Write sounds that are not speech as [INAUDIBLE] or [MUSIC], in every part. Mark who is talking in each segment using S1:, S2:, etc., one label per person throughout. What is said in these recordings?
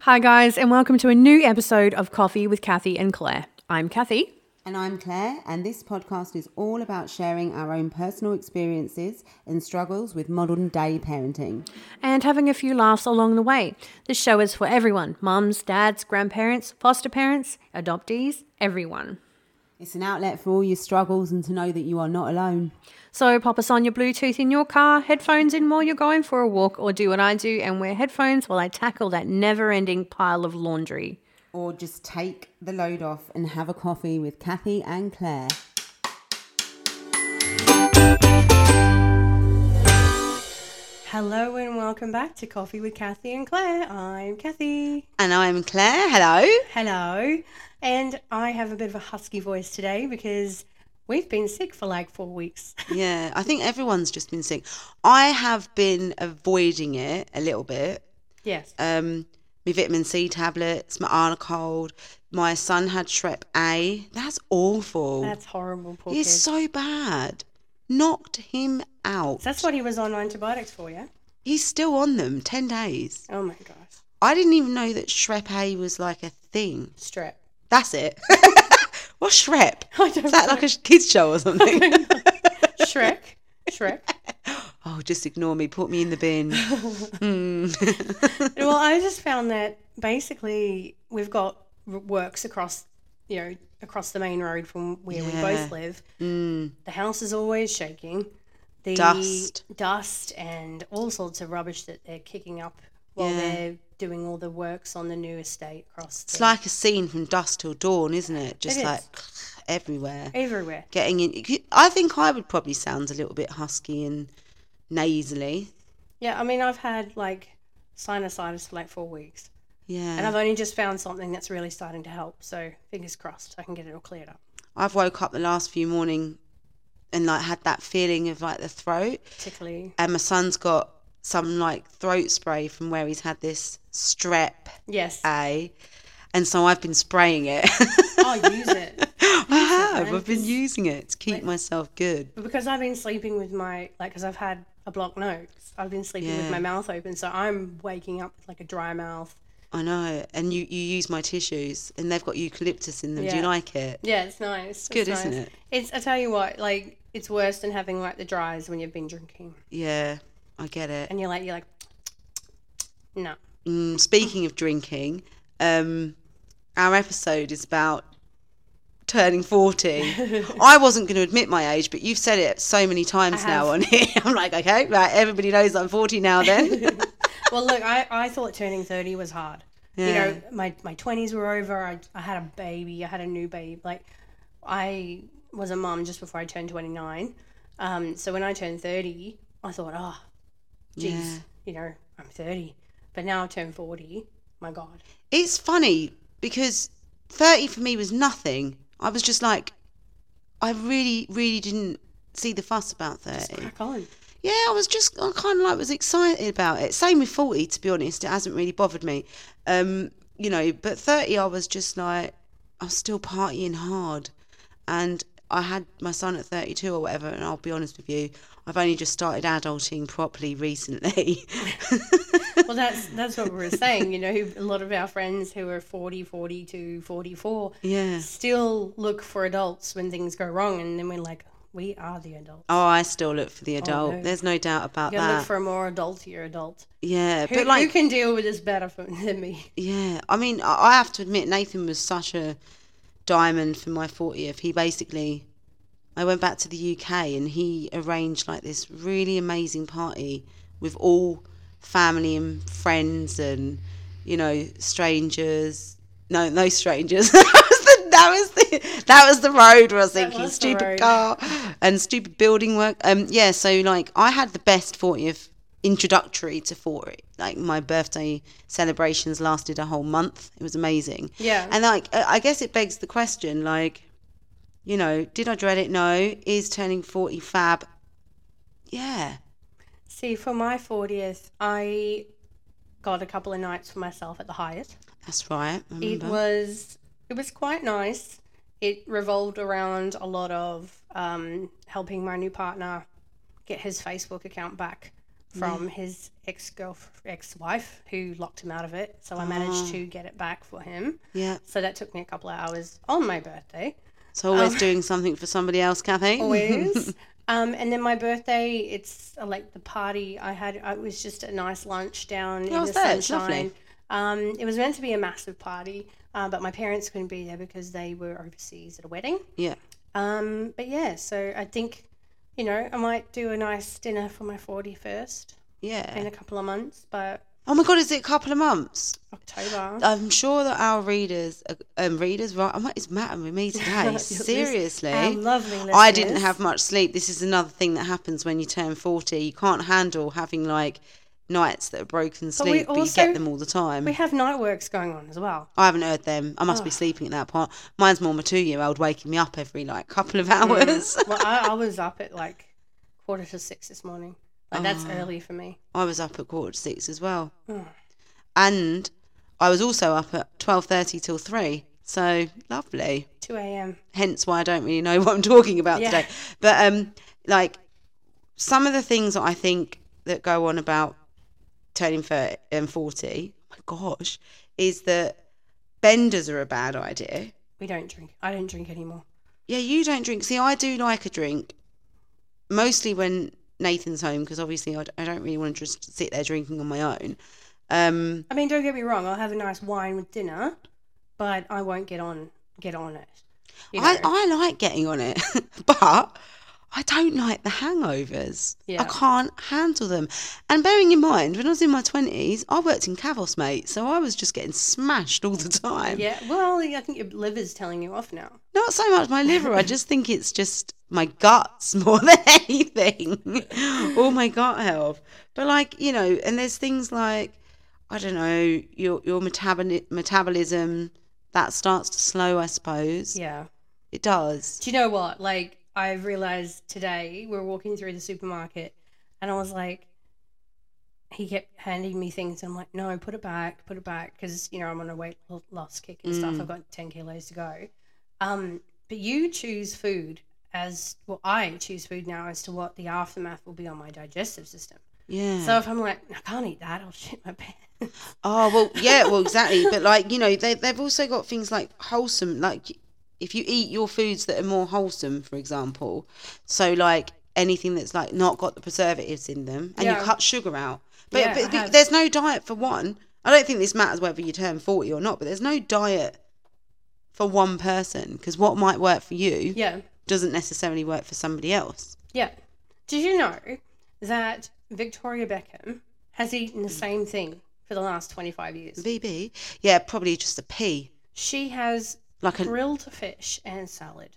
S1: Hi, guys, and welcome to a new episode of Coffee with Kathy and Claire. I'm Kathy.
S2: And I'm Claire, and this podcast is all about sharing our own personal experiences and struggles with modern day parenting.
S1: and having a few laughs along the way. This show is for everyone mums, dads, grandparents, foster parents, adoptees, everyone.
S2: It's an outlet for all your struggles and to know that you are not alone.
S1: So pop us on your Bluetooth in your car, headphones in while you're going for a walk, or do what I do and wear headphones while I tackle that never ending pile of laundry.
S2: Or just take the load off and have a coffee with Kathy and Claire.
S3: Hello and welcome back to Coffee with Kathy and Claire. I'm Kathy.
S2: And I'm Claire. Hello.
S3: Hello. And I have a bit of a husky voice today because we've been sick for like four weeks.
S4: Yeah, I think everyone's just been sick. I have been avoiding it a little bit.
S3: [LAUGHS] Yes.
S4: Um, my vitamin C tablets, my Arla cold. My son had Shrep A. That's awful.
S3: That's horrible, poor
S4: He's
S3: kid.
S4: so bad. Knocked him out.
S3: That's what he was on antibiotics for, yeah?
S4: He's still on them. Ten days.
S3: Oh my gosh.
S4: I didn't even know that Shrep A was like a thing.
S3: Strep.
S4: That's it. [LAUGHS] What's Shrep?
S3: [LAUGHS] I don't
S4: Is that like a kids show
S3: [LAUGHS]
S4: or something?
S3: Shrek. Shrek.
S4: oh, just ignore me. Put me in the bin.
S3: well, I just found that basically we've got r- works across, you know, across the main road from where we
S4: Yeah. Mm.
S3: both live. The house is always shaking. The
S4: Dust.
S3: dust and all sorts of rubbish that they're kicking up while
S4: Yeah.
S3: they're doing all the works on the new estate across
S4: It's
S3: the,
S4: like a scene from dusk till dawn, isn't it? Just
S3: is.
S4: like [SNIFFS] everywhere.
S3: everywhere.
S4: Getting in. I think I would probably sound a little bit husky and nasally.
S3: Yeah, I mean, I've had like sinusitis for like four weeks, and I've
S4: Yeah.
S3: only just found something that's really starting to help. So fingers crossed, I can get it all cleared up.
S4: I've woke up the last few morning and like had that feeling of like the throat.
S3: Particularly,
S4: And my son's got some like throat spray from where he's had this strep
S3: yes,
S4: A. And so I've been spraying it. [LAUGHS]
S3: I'll use it.
S4: I have.
S3: man.
S4: I've been using it to keep myself good.
S3: But because I've been sleeping with my like, because I've had a blocked nose, I've been sleeping with
S4: Yeah.
S3: my mouth open, so I'm waking up with like a dry mouth.
S4: I know. And you, you use my tissues and they've got eucalyptus in them. Do you
S3: Yeah.
S4: like it?
S3: Yeah, it's nice. It's
S4: good, isn't
S3: nice.
S4: it?
S3: It's. I tell you what, like it's worse than having like the dries when you've been drinking,
S4: Yeah, I get it.
S3: and you're like, you're like, no,
S4: Mm, speaking of drinking, um, our episode is about turning 40. I wasn't going to admit my age, but you've said it so many times now on here. [LAUGHS] I'm like, okay, right, everybody knows I'm 40 now then.
S3: well, look, I, I thought turning 30 was hard. You know, my, my 20s were over. I, I had a baby. I had a new baby. Like, I was a mum just before I turned 29. Um, so when I turned 30, I thought, oh, geez,
S4: Yeah.
S3: you know, I'm 30. But now I turn 40. My God.
S4: it's funny because 30 for me was nothing. I was just like, I really, really didn't see the fuss about 30.
S3: Crack on.
S4: Yeah, I was just I kind of like was excited about it. Same with 40, to be honest, it hasn't really bothered me. Um, you know, but 30 I was just like I was still partying hard. And I had my son at 32 or whatever, and I'll be honest with you, I've only just started adulting properly recently. [LAUGHS]
S3: Well, that's that's what we were saying. You know, a lot of our friends who are 40, 42, 44
S4: yeah.
S3: still look for adults when things go wrong. And then we're like, we are the adults.
S4: Oh, I still look for the adult.
S3: no.
S4: There's no doubt about
S3: You gotta
S4: that.
S3: look for a more adultier adult.
S4: yeah,
S3: Who,
S4: but like
S3: who can deal with this better for, than me?
S4: Yeah, I mean, I I have to admit, Nathan was such a diamond for my 40th. He basically, I went back to the UK and he arranged like this really amazing party with all family and friends and, you know, strangers. No, no strangers. [LAUGHS] that was the that was the that was the road where I was thinking
S3: was the
S4: stupid
S3: road.
S4: car and stupid building work. Um, yeah. So like, I had the best 40th introductory to 40. Like my birthday celebrations lasted a whole month. It was amazing.
S3: Yeah.
S4: And like, I I guess it begs the question, like, you know, did I dread it? No. Is turning 40 fab? Yeah.
S3: [LAUGHS] See, for my 40th, I got a couple of nights for myself at the Hyatt.
S4: That's right. I
S3: It
S4: remember.
S3: was it was quite nice. It revolved around a lot of um, helping my new partner get his Facebook account back
S4: Mm.
S3: from his ex girlf ex wife who locked him out of it. So I managed
S4: Ah.
S3: to get it back for him.
S4: Yeah.
S3: So that took me a couple of hours on my birthday.
S4: So always doing something for somebody else, Kathy.
S3: Oh. [LAUGHS]
S4: [LAUGHS]
S3: Always. um, and then my birthday, it's uh, like the party I had. It was just a nice lunch down in
S4: was
S3: the
S4: there? It's lovely.
S3: sunshine. Um, it was meant to be a massive party, uh, but my parents couldn't be there because they were overseas at a wedding.
S4: Yeah.
S3: Um, but yeah, so I think, you know, I might do a nice dinner for my 41st in
S4: Yeah.
S3: a couple of months, but
S4: Oh my God, is it a couple of months?
S3: October.
S4: I'm sure that our readers, um, readers, right? I might, it's mattering
S3: [LAUGHS]
S4: with me today. Seriously.
S3: Our lovely
S4: I didn't
S3: listeners.
S4: have much sleep. This is another thing that happens when you turn 40. You can't handle having like nights that are broken sleep, but, you
S3: also-
S4: get them all the time.
S3: We have night works going on as
S4: [LAUGHS]
S3: well.
S4: I haven't heard them. I must be sleeping at that point. Mine's more my two year old waking me up every like couple of [LAUGHS] hours.
S3: Well, I, I was up at like quarter to six this morning. Like
S4: Oh.
S3: that's early for me.
S4: I was up at quarter to six as well. And I was also up at 12.30 till 3. So lovely.
S3: Two a.m.
S4: hence why I don't really know [LAUGHS] what I'm talking about
S3: Yeah.
S4: today. But um, like some of the things that I think that go on about turning 30 and 40, my gosh, is that benders are a bad idea.
S3: We don't drink. I don't drink anymore.
S4: Yeah, you don't drink. See, I do like a drink, mostly when Nathan's home because obviously I d- I don't really want to just sit there drinking on my own. Um,
S3: I mean, don't get me wrong. I'll have a nice wine with dinner, but I won't get on get on it. You
S4: I,
S3: know?
S4: I like getting on it, [LAUGHS] but I don't like the hangovers. I
S3: Yeah.
S4: can't handle them. And bearing in mind, when I was in my 20s, I worked in Cavos, mate, so I was just getting smashed all the time.
S3: yeah. Well, I think your liver's telling you off now.
S4: Not so much my liver, I just think it's just my guts [LAUGHS] more than anything, all my gut health. But, like, you know, and there's things like, I don't know, your, your metaboli- metabolism, that starts to slow, I suppose.
S3: Yeah.
S4: It does.
S3: Do you know what? Like, I've realized today we we're walking through the supermarket, and I was like, he kept handing me things. And I'm like, no, put it back, put it back, because you know I'm on a weight lo- loss kick and stuff. I've got ten kilos to go. Um, but you choose food as well. I choose food now as to what the aftermath will be on my digestive system.
S4: Yeah.
S3: So if I'm like, I can't eat that, I'll shit my [LAUGHS] pants.
S4: Oh well, yeah, well, exactly. But like you know, they they've also got things like wholesome. Like if you eat your foods that are more wholesome, for example, so like anything that's like not got the preservatives in them, and
S3: Yeah.
S4: you cut sugar out. But,
S3: Yeah, I
S4: but, but
S3: have.
S4: there's no diet for one. I don't think this matters whether you turn forty or not. But there's no diet for one person because what might work for you
S3: yeah.
S4: doesn't necessarily work for somebody else.
S3: Yeah. Did you know that Victoria Beckham has eaten the same thing for the last 25 years?
S4: VB, yeah, probably just a pea,
S3: She has
S4: like an
S3: grilled fish and salad.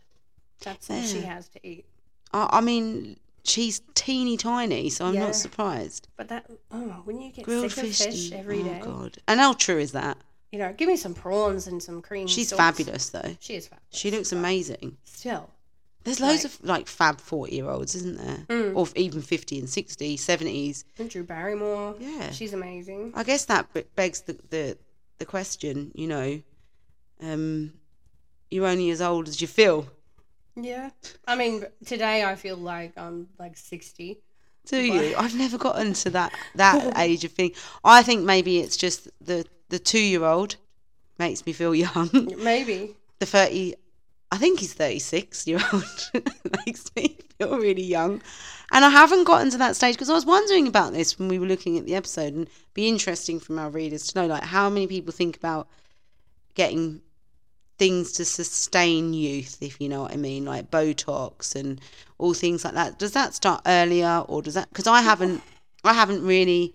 S3: That's what she
S4: Yeah.
S3: has to eat.
S4: I, I mean, she's teeny tiny, so I'm
S3: Yeah.
S4: not surprised.
S3: But that, oh, when you get
S4: Grilled
S3: sick of
S4: fish,
S3: fish
S4: and-
S3: every
S4: oh
S3: day,
S4: god! And how true is that?
S3: you know, give me some prawns and some cream.
S4: She's
S3: sauce.
S4: fabulous though.
S3: She is fabulous.
S4: She looks amazing.
S3: Still.
S4: There's loads of like fab 40 year olds, isn't there?
S3: Mm.
S4: Or even 50 and 60, 70s.
S3: And Drew Barrymore.
S4: Yeah.
S3: She's amazing.
S4: I guess that b- begs the, the the question, you know, um, you're only as old as you feel,
S3: Yeah. I mean, today I feel like I'm like 60.
S4: do you?
S3: [LAUGHS]
S4: I've never gotten to that that age of thing. I think maybe it's just the the two year old makes me feel young.
S3: Maybe.
S4: the 30 i think he's 36 year old [LAUGHS] makes me feel really young and i haven't gotten to that stage because i was wondering about this when we were looking at the episode and be interesting from our readers to know like how many people think about getting things to sustain youth if you know what i mean like botox and all things like that does that start earlier or does that because i haven't i haven't really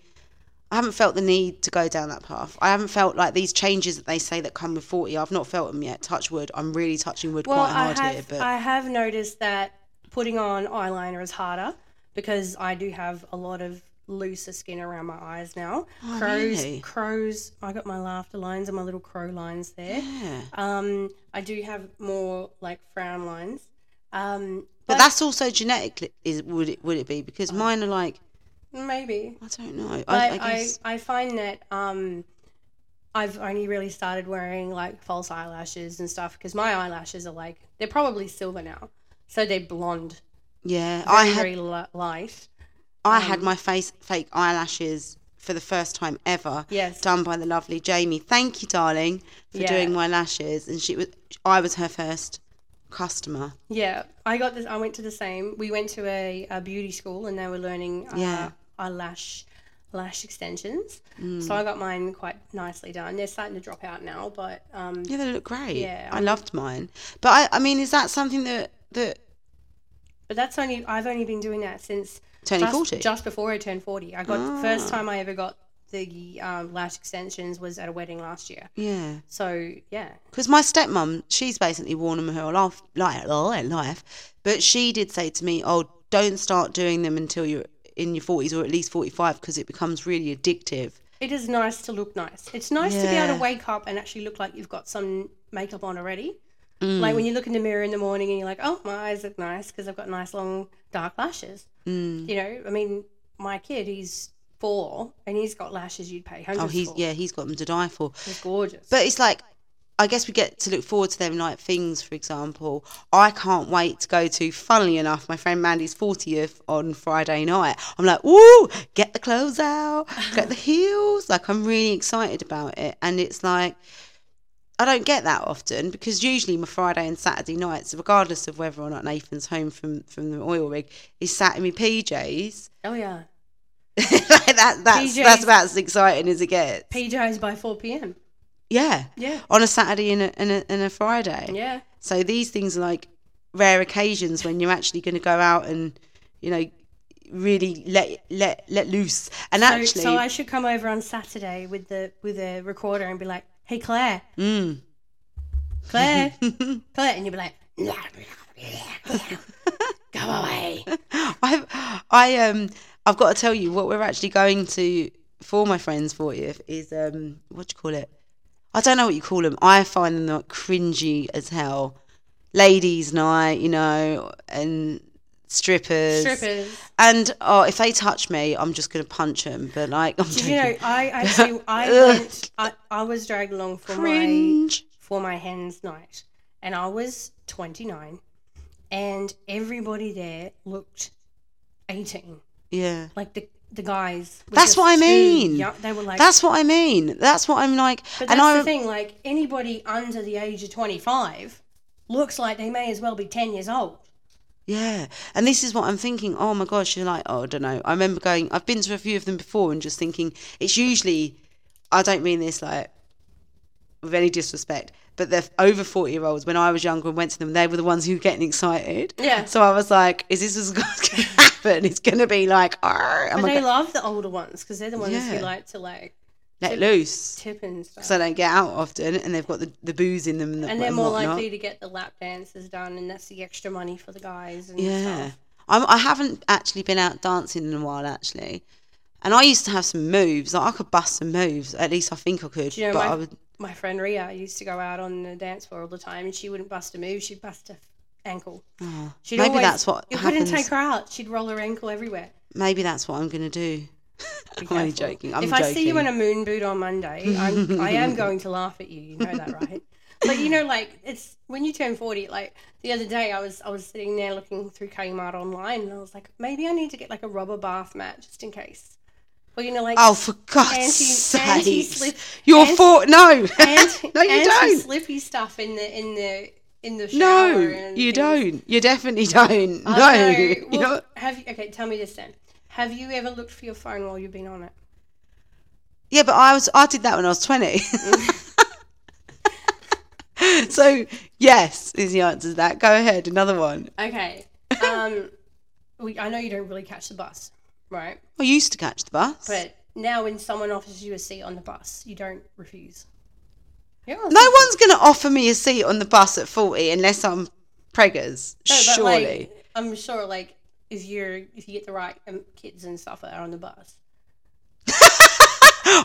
S4: I haven't felt the need to go down that path. I haven't felt like these changes that they say that come with 40. I've not felt them yet. Touch wood. I'm really touching wood
S3: Well,
S4: quite hard
S3: I have,
S4: here, but
S3: I have noticed that putting on eyeliner is harder because I do have a lot of looser skin around my eyes now. crows,
S4: Oh, really?
S3: crows. I got my laughter lines and my little crow lines
S4: [GASPS]
S3: there.
S4: yeah.
S3: Um, I do have more like frown lines. Um,
S4: But that's also genetic, is would it would it be? Because mine are like
S3: maybe.
S4: I don't know. I,
S3: But
S4: I
S3: I,
S4: guess
S3: I, find that um, I've only really started wearing like false eyelashes and stuff because my eyelashes are like they're probably silver now, so they're blonde.
S4: yeah.
S3: very,
S4: I had
S3: very li- light.
S4: I had my face fake eyelashes for the first time ever.
S3: Yes.
S4: Done by the lovely Jamie. Thank you, darling, for
S3: Yeah.
S4: doing my lashes. And she was I was her first customer.
S3: Yeah, I got this. I went to the same. We went to a, a beauty school, and they were learning uh,
S4: Yeah. Mm.
S3: our lash lash extensions. So I got mine quite nicely done. They're starting to drop out now, but um,
S4: Yeah, they look great.
S3: Yeah,
S4: I
S3: I'm-
S4: loved mine. But I, I mean, is that something that that
S3: but that's only I've only been doing that since
S4: turning
S3: just,
S4: forty? Ah.
S3: just before I turned forty. I got the first time I ever got the um, lash extensions was at a wedding last year.
S4: yeah.
S3: So yeah,
S4: Because my stepmom, she's basically worn them her life, like like life, but she did say to me, "Oh, don't start doing them until you're in your forties or at least forty-five, because it becomes really addictive."
S3: it is nice to look nice. It's nice to be able
S4: Yeah.
S3: to wake up and actually look like you've got some makeup on already.
S4: Mm.
S3: Like when you look in the mirror in the morning and you're like, oh, my eyes look nice because I've got nice long dark lashes. Mm. You know, I mean, my kid, he's four and he's got lashes you'd pay hundreds
S4: Oh, he's
S3: for.
S4: yeah, he's got them to die for.
S3: He's gorgeous.
S4: But it's like, I guess we get to look forward to them like things. For example, I can't wait to go to. Funnily enough, my friend Mandy's fortieth on Friday night. I'm like, "Ooh, get the clothes out, get the heels!" Like I'm really excited about it, and it's like. I don't get that often because usually my Friday and Saturday nights, regardless of whether or not Nathan's home from, from the oil rig, is sat in my PJs.
S3: oh, yeah.
S4: [LAUGHS] like that, that's,
S3: PJs.
S4: that's about as exciting as it gets.
S3: PJs by 4 p.m.
S4: yeah
S3: Yeah.
S4: on a Saturday and a, and a, and a Friday.
S3: Yeah.
S4: So these things are like rare occasions when you're actually going to go out and, you know, really let let let loose. And
S3: So,
S4: actually,
S3: so I should come over on Saturday with the with a recorder and be like, hey, Claire,
S4: mm, [LAUGHS]
S3: Claire, Claire. And you'd be like, "Blah, blah, blah, blah. go
S4: [LAUGHS]
S3: away.
S4: [GASPS] I've I um I've got to tell you what we're actually going to for my friend's 40th is um what do you call it? I don't know what you call them. I find them like cringy as hell. Ladies' night, you know, and strippers.
S3: Strippers.
S4: And oh, if they touch me, I'm just gonna punch them. But like, I'm
S3: Did
S4: joking.
S3: you know
S4: [LAUGHS]
S3: I actually I
S4: Ugh.
S3: went I, I was dragged along for my
S4: cringe.
S3: for my hens night and I was 29 and everybody there looked 18
S4: Yeah,
S3: like the the guys were
S4: That's
S3: just
S4: what I
S3: too
S4: mean.
S3: young- they were like
S4: that's what I mean. That's what I'm like.
S3: but that's
S4: and I
S3: the thing like anybody under the age of 25 looks like they may as well be 10 years old
S4: yeah, and this is what I'm thinking. Oh my gosh, you're like, oh, I don't know. I remember going. I've been to a few of them before, and just thinking it's usually. I don't mean this like with any disrespect, but the over forty year olds. When I was younger and went to them, they were the ones who were getting excited.
S3: Yeah.
S4: So I was like, is this what's going to [LAUGHS] happen? It's going to be like, oh, I'm
S3: but they
S4: gonna
S3: love the older ones because they're the ones
S4: Yeah.
S3: who like to like
S4: let loose.
S3: tip and stuff
S4: So they don't get out often, and they've got the, the booze in them.
S3: and they're more
S4: whatnot.
S3: likely to get the lap dances done, and that's the extra money for the guys and
S4: Yeah,
S3: stuff.
S4: I'm, I haven't actually been out dancing in a while, actually. And I used to have some moves. Like I could bust some moves. At least I think I could.
S3: Do you know
S4: but
S3: my,
S4: I would.
S3: my friend Ria used to go out on the dance floor all the time, and she wouldn't bust a move; she'd bust a f- ankle.
S4: Oh,
S3: She'd
S4: maybe
S3: always-
S4: that's what
S3: it
S4: happens.
S3: wouldn't take her out. She'd roll her ankle everywhere.
S4: Maybe that's what I'm gonna do.
S3: Be
S4: [LAUGHS] I'm only
S3: careful.
S4: joking. I'm
S3: if
S4: joking.
S3: I see you in a moon boot on Monday, I'm, I
S4: [LAUGHS]
S3: am going to laugh at you. You know that, right? but you know, like it's when you turn forty. Like the other day, I was I was sitting there looking through Kmart online, and I was like, maybe I need to get like a rubber bath mat just in case. Well, you know, like
S4: Oh, [LAUGHS] for God's
S3: anti-
S4: sake!
S3: anti-slip-
S4: You're
S3: anti-
S4: for no, [LAUGHS]
S3: anti,
S4: no, you don't.
S3: Slippy stuff in the in the in the shower.
S4: No,
S3: and
S4: you
S3: things.
S4: don't. You definitely don't.
S3: Oh,
S4: no,
S3: well,
S4: [LAUGHS] you know.
S3: have you? Okay, tell me this then. Have you ever looked for your phone while you've been on it?
S4: Yeah, but I was I did that when I was twenty. [LAUGHS] so yes, is the answer to that. Go ahead, another one.
S3: Okay. Um, [LAUGHS] we, I know you don't really catch the bus, right?
S4: I used to catch the bus.
S3: But now when someone offers you a seat on the bus, you don't refuse. Yeah. I'll
S4: no
S3: sit-
S4: one's gonna offer me a seat on the bus at forty unless I'm preggers.
S3: No, but,
S4: surely. [GASPS]
S3: Like, I'm sure, like if you're if you get the right um, kids and stuff that are on the bus,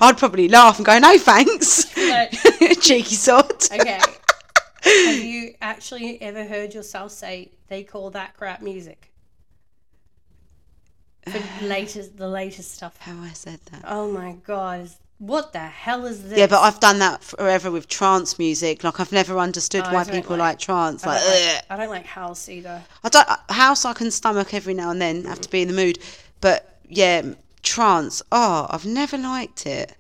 S4: I'd probably laugh and go, No thanks. [LAUGHS]
S3: Like-
S4: Cheeky sod.
S3: Okay. Have you actually ever heard yourself say they call that crap music?
S4: [SIGHS]
S3: For latest, the latest stuff.
S4: How I said that.
S3: Oh my god! is- What the hell is this?
S4: Yeah, but I've done that forever with trance music. Like I've never understood
S3: I
S4: why
S3: don't
S4: people
S3: Oh, like-
S4: like, trance. Like,
S3: I don't
S4: ugh.
S3: like, I don't like house either.
S4: I don't house I can stomach every now and then. Have to be in the mood, but yeah, trance. Oh, I've never liked it.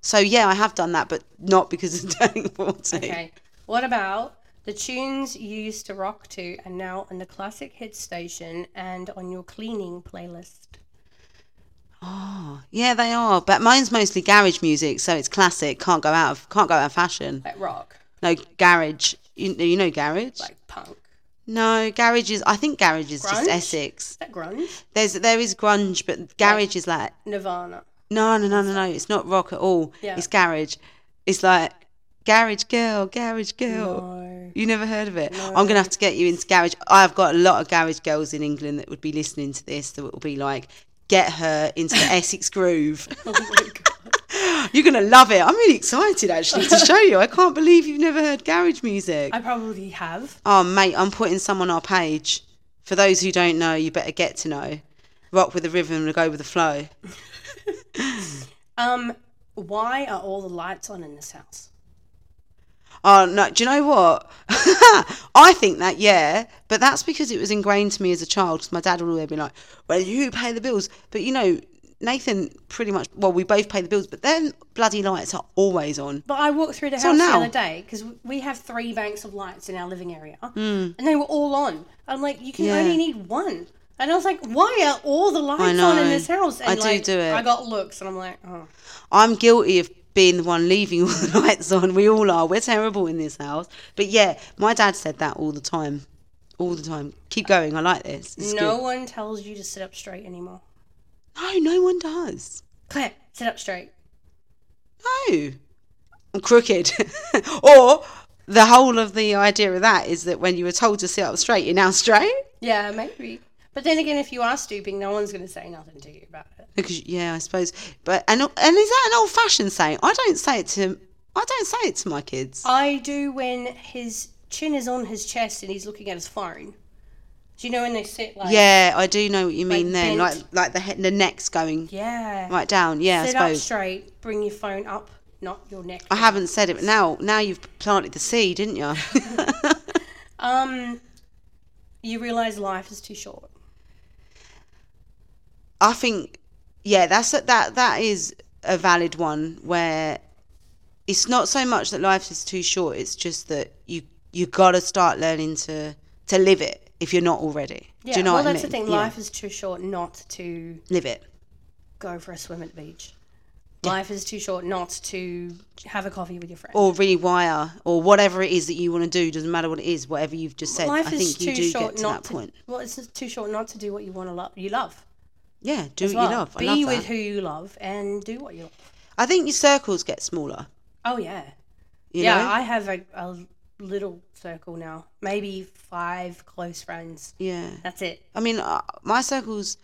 S4: So yeah, I have done that, but not because of [LAUGHS] turning forty.
S3: Okay. What about the tunes you used to rock to and now on the classic hit station and on your cleaning playlist?
S4: Oh, yeah, they are. But mine's mostly garage music, so it's classic. Can't go out of can't go out of fashion.
S3: Like rock,
S4: No garage. You, you know garage.
S3: like punk. Is
S4: No garage is. I think garage is
S3: Grunge?
S4: just Essex.
S3: that grunge?
S4: There's there is grunge, but garage is like
S3: Nirvana.
S4: [LAUGHS] no no no no no. It's not rock at all.
S3: Yeah.
S4: It's garage. It's like garage girl, garage girl.
S3: No.
S4: You never heard of it? I'm gonna have to get you into garage. I've got a lot of garage girls in England that would be listening to this. That will be like, get her into the Essex groove. You're gonna love it. I'm really excited actually to show you. I can't believe you've never heard garage music.
S3: I probably have.
S4: Oh mate, I'm putting some on our page. For those who don't know, you better get to know. Rock with the rhythm and go with the flow.
S3: Um, why are all the lights on in this house?
S4: Oh no! Do you know what? [LAUGHS] I think that yeah, but that's because it was ingrained to me as a child. Because my dad would always be like, "Well, you pay the bills," but you know, Nathan pretty much. Well, we both pay the bills, but then bloody lights are always on.
S3: But I walked through the house
S4: now-
S3: the other day because we have three banks of lights in our living area, and they were all on. I'm like, you can
S4: Hmm. Yeah.
S3: only need one. And I was like, why are all the lights on in
S4: know.
S3: this house? And
S4: I do
S3: like,
S4: do it.
S3: I got looks, and I'm like, oh,
S4: I'm guilty of being the one leaving [LAUGHS] all the lights on. We all are. We're terrible in this house. But yeah, my dad said that all the time, all the time. Keep going. I like this. It's
S3: no
S4: good.
S3: one tells you to sit up straight anymore. [LAUGHS]
S4: No, no one does.
S3: Claire, sit up straight. Oh.
S4: No, I'm crooked. [LAUGHS] or the whole of the idea of that is that when you were told to sit up straight, you're now straight.
S3: Yeah, maybe. But then again, if you are stooping, no one's going to say nothing to you about it.
S4: Because yeah, I suppose. But and and is that an old-fashioned saying? I don't say it to. I don't say it to my kids.
S3: I do when his chin is on his chest and he's looking at his phone. Do you know when they sit like
S4: yeah, I do know what you mean. then,
S3: bent.
S4: like like the he- the neck's going
S3: yeah,
S4: right down. Yeah,
S3: sit
S4: I
S3: up
S4: suppose. Uh-huh.
S3: straight, bring your phone up, not your neck.
S4: I haven't said it, but now now you've planted the seed, didn't
S3: [LAUGHS]
S4: you?
S3: Um, you realize life is too short.
S4: I think, yeah, that's a, that that is a valid one where it's not so much that life is too short. It's just that you you gotta start learning to to live it if you're not already.
S3: Yeah,
S4: Do you know
S3: well,
S4: what I
S3: that's the
S4: mean?
S3: thing.
S4: Yeah.
S3: Life is too short not to
S4: live it.
S3: go for a swim at the beach. Life is too short not to have a coffee with your friends.
S4: Or rewire, or whatever it is that you want to do, doesn't matter what it is, whatever you've just said.
S3: life
S4: I
S3: is
S4: think you
S3: too
S4: do
S3: short
S4: get to
S3: not
S4: that
S3: to,
S4: point.
S3: Well, it's just too short not to do what you want to love. You love.
S4: Yeah, do
S3: as
S4: what
S3: well.
S4: you love. I
S3: Be
S4: love
S3: with
S4: that.
S3: who you love and do what you love.
S4: I think your circles get smaller.
S3: Oh yeah,
S4: You
S3: yeah.
S4: know?
S3: I have a, a little circle now. Maybe five close friends.
S4: yeah.
S3: That's it.
S4: I mean, uh, my circles.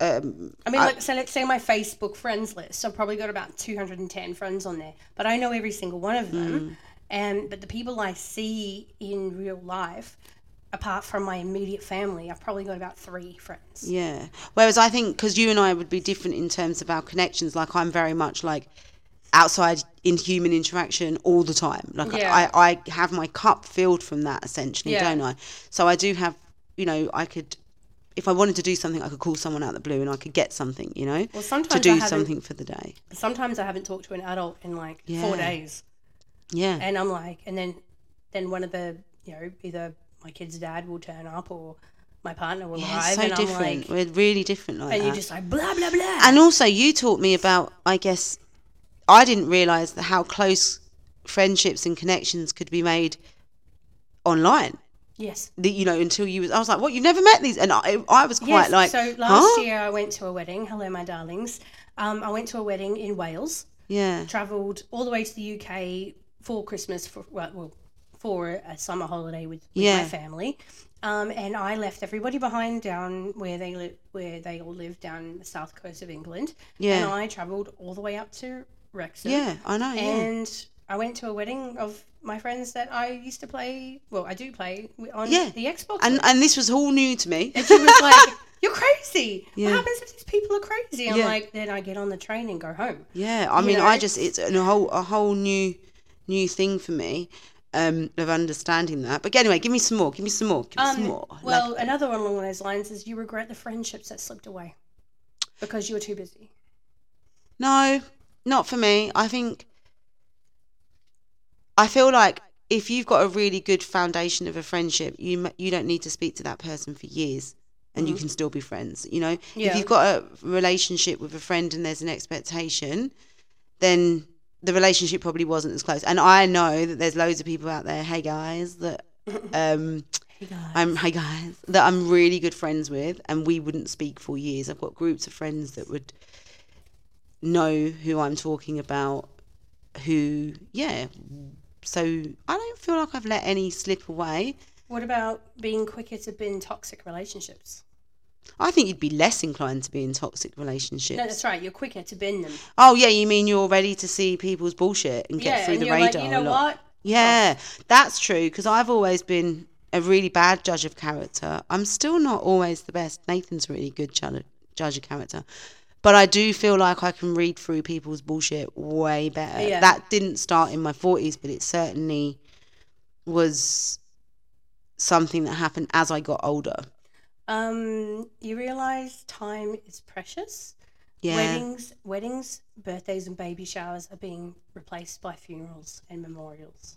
S4: Um,
S3: I mean, like, so let's say my Facebook friends list. I've probably got about two hundred and ten friends on there, but I know every single one of
S4: Mm.
S3: them. And but the people I see in real life, apart from my immediate family, I've probably got about three friends.
S4: Yeah. Whereas I think because you and I would be different in terms of our connections. Like I'm very much like outside in human interaction all the time. Like
S3: Yeah.
S4: I, I have my cup filled from that essentially,
S3: Yeah.
S4: don't I? So I do have, you know, I could. If I wanted to do something, I could call someone out of the blue and I could get something, you know,
S3: Well,
S4: to
S3: sometimes I
S4: do
S3: haven't.
S4: something for the day.
S3: Sometimes I haven't talked to an adult in like four
S4: Yeah.
S3: days.
S4: Yeah.
S3: and I'm like, and then then one of the you know either my kid's dad will turn up or my partner will
S4: yeah,
S3: arrive,
S4: it's so
S3: and I'm
S4: different.
S3: like,
S4: We're really different like
S3: and
S4: that.
S3: you're just like blah blah blah.
S4: And also, you taught me about, I guess, I didn't realize that how close friendships and connections could be made online.
S3: yes,
S4: The, you know, until you was, I was like, what? You've never met these? And I, I was
S3: yes.
S4: quite like,
S3: so last
S4: huh?
S3: year I went to a wedding. Hello, my darlings. Um, I went to a wedding in Wales.
S4: Yeah.
S3: Travelled all the way to the UK for Christmas for well, well for a summer holiday with, with my
S4: Yeah.
S3: family. Um, and I left everybody behind down where they live, where they all live down the south coast of England.
S4: Yeah.
S3: And I travelled all the way up to Wrexham.
S4: Yeah, I know. Yeah.
S3: and I went to a wedding of my friends that I used to play. Well, I do play wi- on
S4: Yeah.
S3: the Xbox.
S4: And, and this was all new to me.
S3: she was
S4: [LAUGHS]
S3: like, "You're crazy.
S4: Yeah.
S3: What happens if these people are crazy?" I'm
S4: Yeah.
S3: like, "Then I get on the train and go home."
S4: Yeah, I mean,
S3: know?
S4: I just it's a whole a whole new new thing for me um, of understanding that. But anyway, give me some more. Give me some more. Give me some
S3: Um,
S4: more.
S3: well,
S4: Like-
S3: another one along those lines is you regret the friendships that slipped away. because you were too busy.
S4: No, not for me. I think I feel like if you've got a really good foundation of a friendship, you m- you don't need to speak to that person for years, and you can still be friends. You know, if
S3: Yeah.
S4: you've got a relationship with a friend and there's an expectation, then the relationship probably wasn't as close. And I know that there's loads of people out there. Hey guys, [LAUGHS] that um, I'm hey guys that I'm really good friends with, and we wouldn't speak for years. I've got groups of friends that would know who I'm talking about. Who, yeah. So I don't feel like I've let any slip away.
S3: What about being quicker to be in toxic relationships?
S4: I think you'd be less inclined to be in toxic relationships.
S3: No, that's right. You're quicker to bin them.
S4: oh yeah, you mean you're ready to see people's bullshit and get
S3: yeah,
S4: through
S3: and
S4: the
S3: you're
S4: radar
S3: like, you know
S4: a lot.
S3: what?
S4: Yeah, that's true because I've always been a really bad judge of character. I'm still not always the best. Nathan's a really good ju- judge of character. But I do feel like I can read through people's bullshit way better.
S3: Yeah.
S4: That didn't start in my 40s, but it certainly was something that happened as I got older.
S3: Um, you realize time is precious.
S4: Yeah.
S3: Weddings, weddings, birthdays, and baby showers are being replaced by funerals and memorials.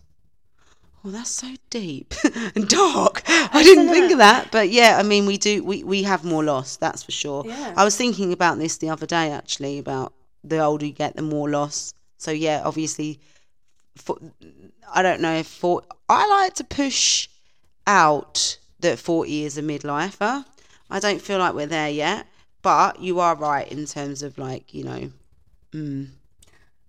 S4: Well, Oh, that's so deep [LAUGHS] and dark. I didn't think of that, but yeah, I mean, we do. We we have more loss, that's for sure.
S3: Yeah.
S4: I was thinking about this the other day, actually, about the older you get, the more loss. So yeah, obviously, for, I don't know if for, I like to push out that forty is a midlifer. I don't feel like we're there yet, but you are right in terms of like you know,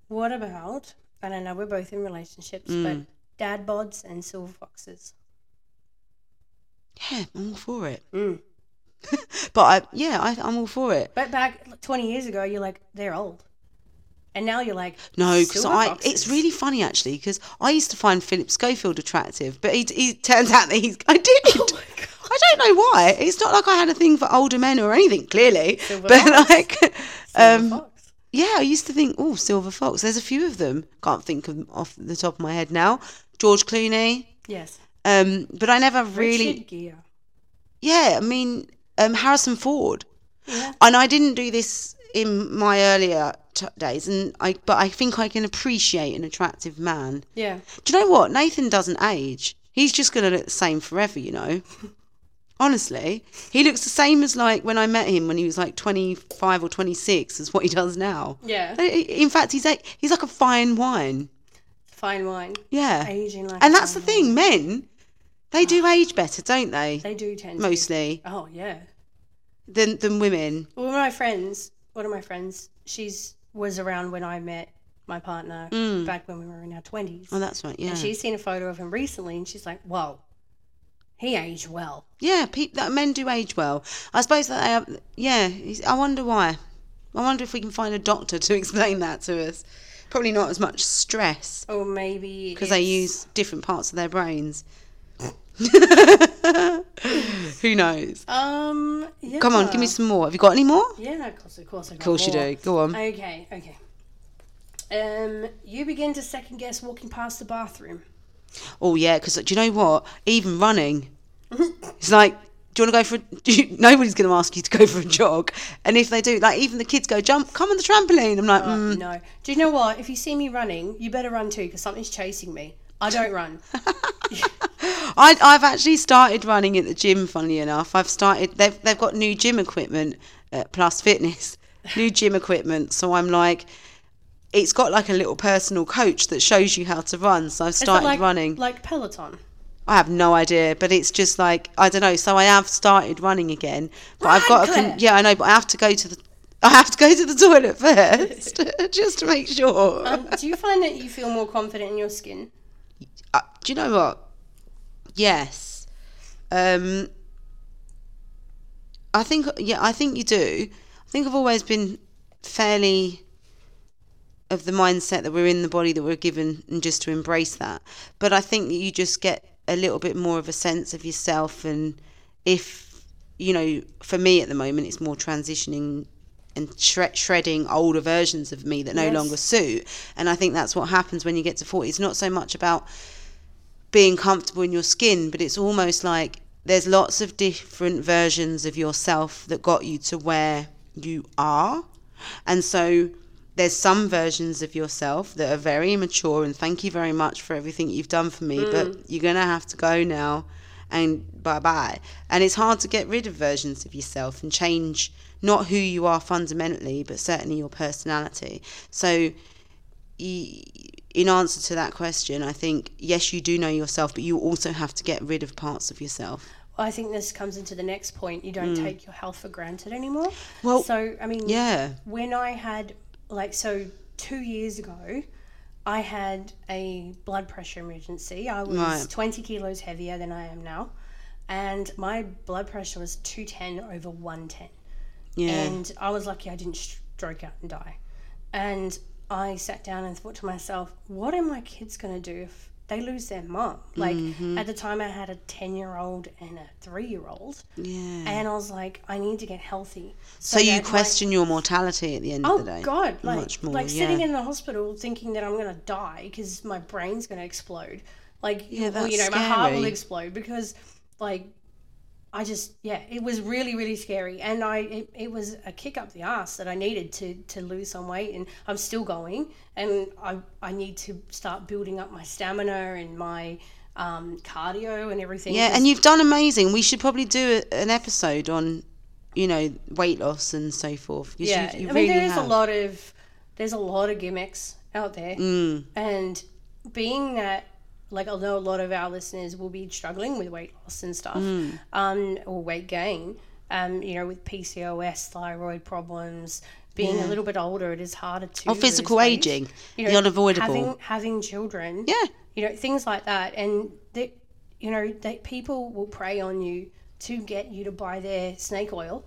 S3: What about? And I know we're both in relationships,
S4: Mm.
S3: but dad bods and silver foxes.
S4: yeah, I'm all for it.
S3: Mm.
S4: [LAUGHS] but I yeah, I, I'm all for it.
S3: But back like, 20 years ago, you're like, they're old. And now you're like,
S4: No, because
S3: silver
S4: I it's
S3: foxes.
S4: really funny actually because I used to find Philip Schofield attractive, but he, he turns out that he's I did.
S3: Oh
S4: [LAUGHS] I don't know why. It's not like I had a thing for older men or anything. Clearly,
S3: Silver
S4: but
S3: fox.
S4: like, [LAUGHS]
S3: Silver
S4: um,
S3: fox.
S4: yeah, I used to think, oh, silver fox. There's a few of them. Can't think of them off the top of my head now. George Clooney,
S3: Yes.
S4: um, but I never really.
S3: Richard Gere.
S4: Yeah, I mean, um, Harrison Ford.
S3: Yeah.
S4: And I didn't do this in my earlier t- days, and I but I think I can appreciate an attractive man.
S3: Yeah.
S4: Do you know what? Nathan doesn't age. He's just going to look the same forever,
S3: [LAUGHS]
S4: you know. Honestly, he looks the same as like when I met him when he was like 25 or 26 as what he does now.
S3: Yeah.
S4: In fact, he's like, he's like a fine wine.
S3: Fine wine.
S4: Yeah.
S3: Aging like.
S4: And
S3: a
S4: that's the
S3: fine
S4: thing, men, they do age better, don't they?
S3: wine. They do tend to.
S4: Mostly
S3: Oh, yeah.
S4: than than women.
S3: Well, one of my friends, one of my friends, she's was around when I met my partner back when we were in our 20s.
S4: Mm. Oh, that's right. Yeah.
S3: And she's seen a photo of him recently and she's like, whoa, he aged well.
S4: Yeah, peop that men do age well. I suppose that they have, yeah, he's- I wonder why. I wonder if we can find a doctor to [LAUGHS] explain that to us. Probably not as much stress
S3: Or maybe.
S4: because they
S3: it's-
S4: use different parts of their brains. [LAUGHS] Who knows?
S3: Um. Yeah.
S4: Come on, give me some more. Have you got any more?
S3: Yeah, of course, of course. Of
S4: Of Ah. course you do. Go on.
S3: Okay, okay. Um, you begin to second guess walking past the bathroom.
S4: Oh yeah, because do you know what? Even [LAUGHS] running, it's like, do you want to go for? A, [LAUGHS] do you- nobody's going to ask you to go for a jog, and if they do, like even the kids go jump, come on the trampoline. I'm like,
S3: Oh,
S4: mm,
S3: No. Do you know what? If you see me running, you better run too, because something's chasing me. I don't
S4: [LAUGHS]
S3: run.
S4: I, I've actually started running at the gym. Funnily enough, I've started. They've they've got new gym equipment at Plus Fitness, [LAUGHS] new gym equipment. So I'm like, it's got like a little personal coach that shows you how to run. So I've
S3: Is that
S4: started
S3: like,
S4: running.
S3: Like Peloton.
S4: I have no idea, but it's just like I don't know. So I have started running again, but I've got to.
S3: Run,
S4: Con-
S3: Claire.
S4: yeah, I know, but I have to go to the. I have to go to the [LAUGHS] toilet first [LAUGHS] just to make sure.
S3: Um, do you find that you feel more confident in your skin?
S4: uh, do you know what? Yes. Um, I think yeah, I think you do. I think I've always been fairly of the mindset that we're in the body that we're given and just to embrace that. But I think that you just get a little bit more of a sense of yourself and if you know, for me at the moment it's more transitioning and shred- shredding older versions of me that no
S3: Yes.
S4: longer suit. And I think that's what happens when you get to 40. It's not so much about being comfortable in your skin, but it's almost like there's lots of different versions of yourself that got you to where you are. And so there's some versions of yourself that are very immature and thank you very much for everything you've done for me, but you're going to have to go now and bye bye. And it's hard to get rid of versions of yourself and change not who you are fundamentally, but certainly your personality. So y- in answer to that question, I think yes, you do know yourself, but you also have to get rid of parts of yourself.
S3: Well, I think this comes into the next point. You don't take your health for granted anymore.
S4: Hmm. Well,
S3: so I mean,
S4: Yeah.
S3: when I had like so two years ago, I had a blood pressure emergency. I was
S4: Right.
S3: twenty kilos heavier than I am now, and my blood pressure was two ten over one ten.
S4: Yeah.
S3: And I was lucky I didn't stroke out and die. And I sat down and thought to myself, what are my kids going to do if they lose their mum? Like
S4: Mm-hmm.
S3: at the time, I had a ten year old and a three year old,
S4: yeah.
S3: and I was like, I need to get healthy.
S4: So you
S3: that my-
S4: question your mortality at the end
S3: Oh
S4: of the day.
S3: God! Like,
S4: much more,
S3: like sitting
S4: yeah.
S3: in the hospital thinking that I'm gonna die because my brain's gonna explode. Like,
S4: Yeah,
S3: well, you know,
S4: that's
S3: my heart will
S4: scary.
S3: explode because, like, I just yeah, it was really really scary, and I it, it was a kick up the ass that I needed to to lose some weight, and I'm still going, and I I need to start building up my stamina and my um, cardio and everything.
S4: Yeah, and you've done amazing. We should probably do a, an episode on, you know, weight loss and so forth. 'cause
S3: Yeah,
S4: you, you
S3: I
S4: really
S3: mean, there's
S4: have.
S3: a lot of there's a lot of gimmicks out there,
S4: Mm.
S3: and being that like although a lot of our listeners will be struggling with weight loss and stuff,
S4: Mm.
S3: um, or weight gain, um, you know, with PCOS, thyroid problems, being a little bit older, it is harder to
S4: Or
S3: lose
S4: physical
S3: weight.
S4: aging,
S3: You know,
S4: the unavoidable.
S3: Having having children,
S4: yeah,
S3: you know things like that and that you know that people will prey on you to get you to buy their snake oil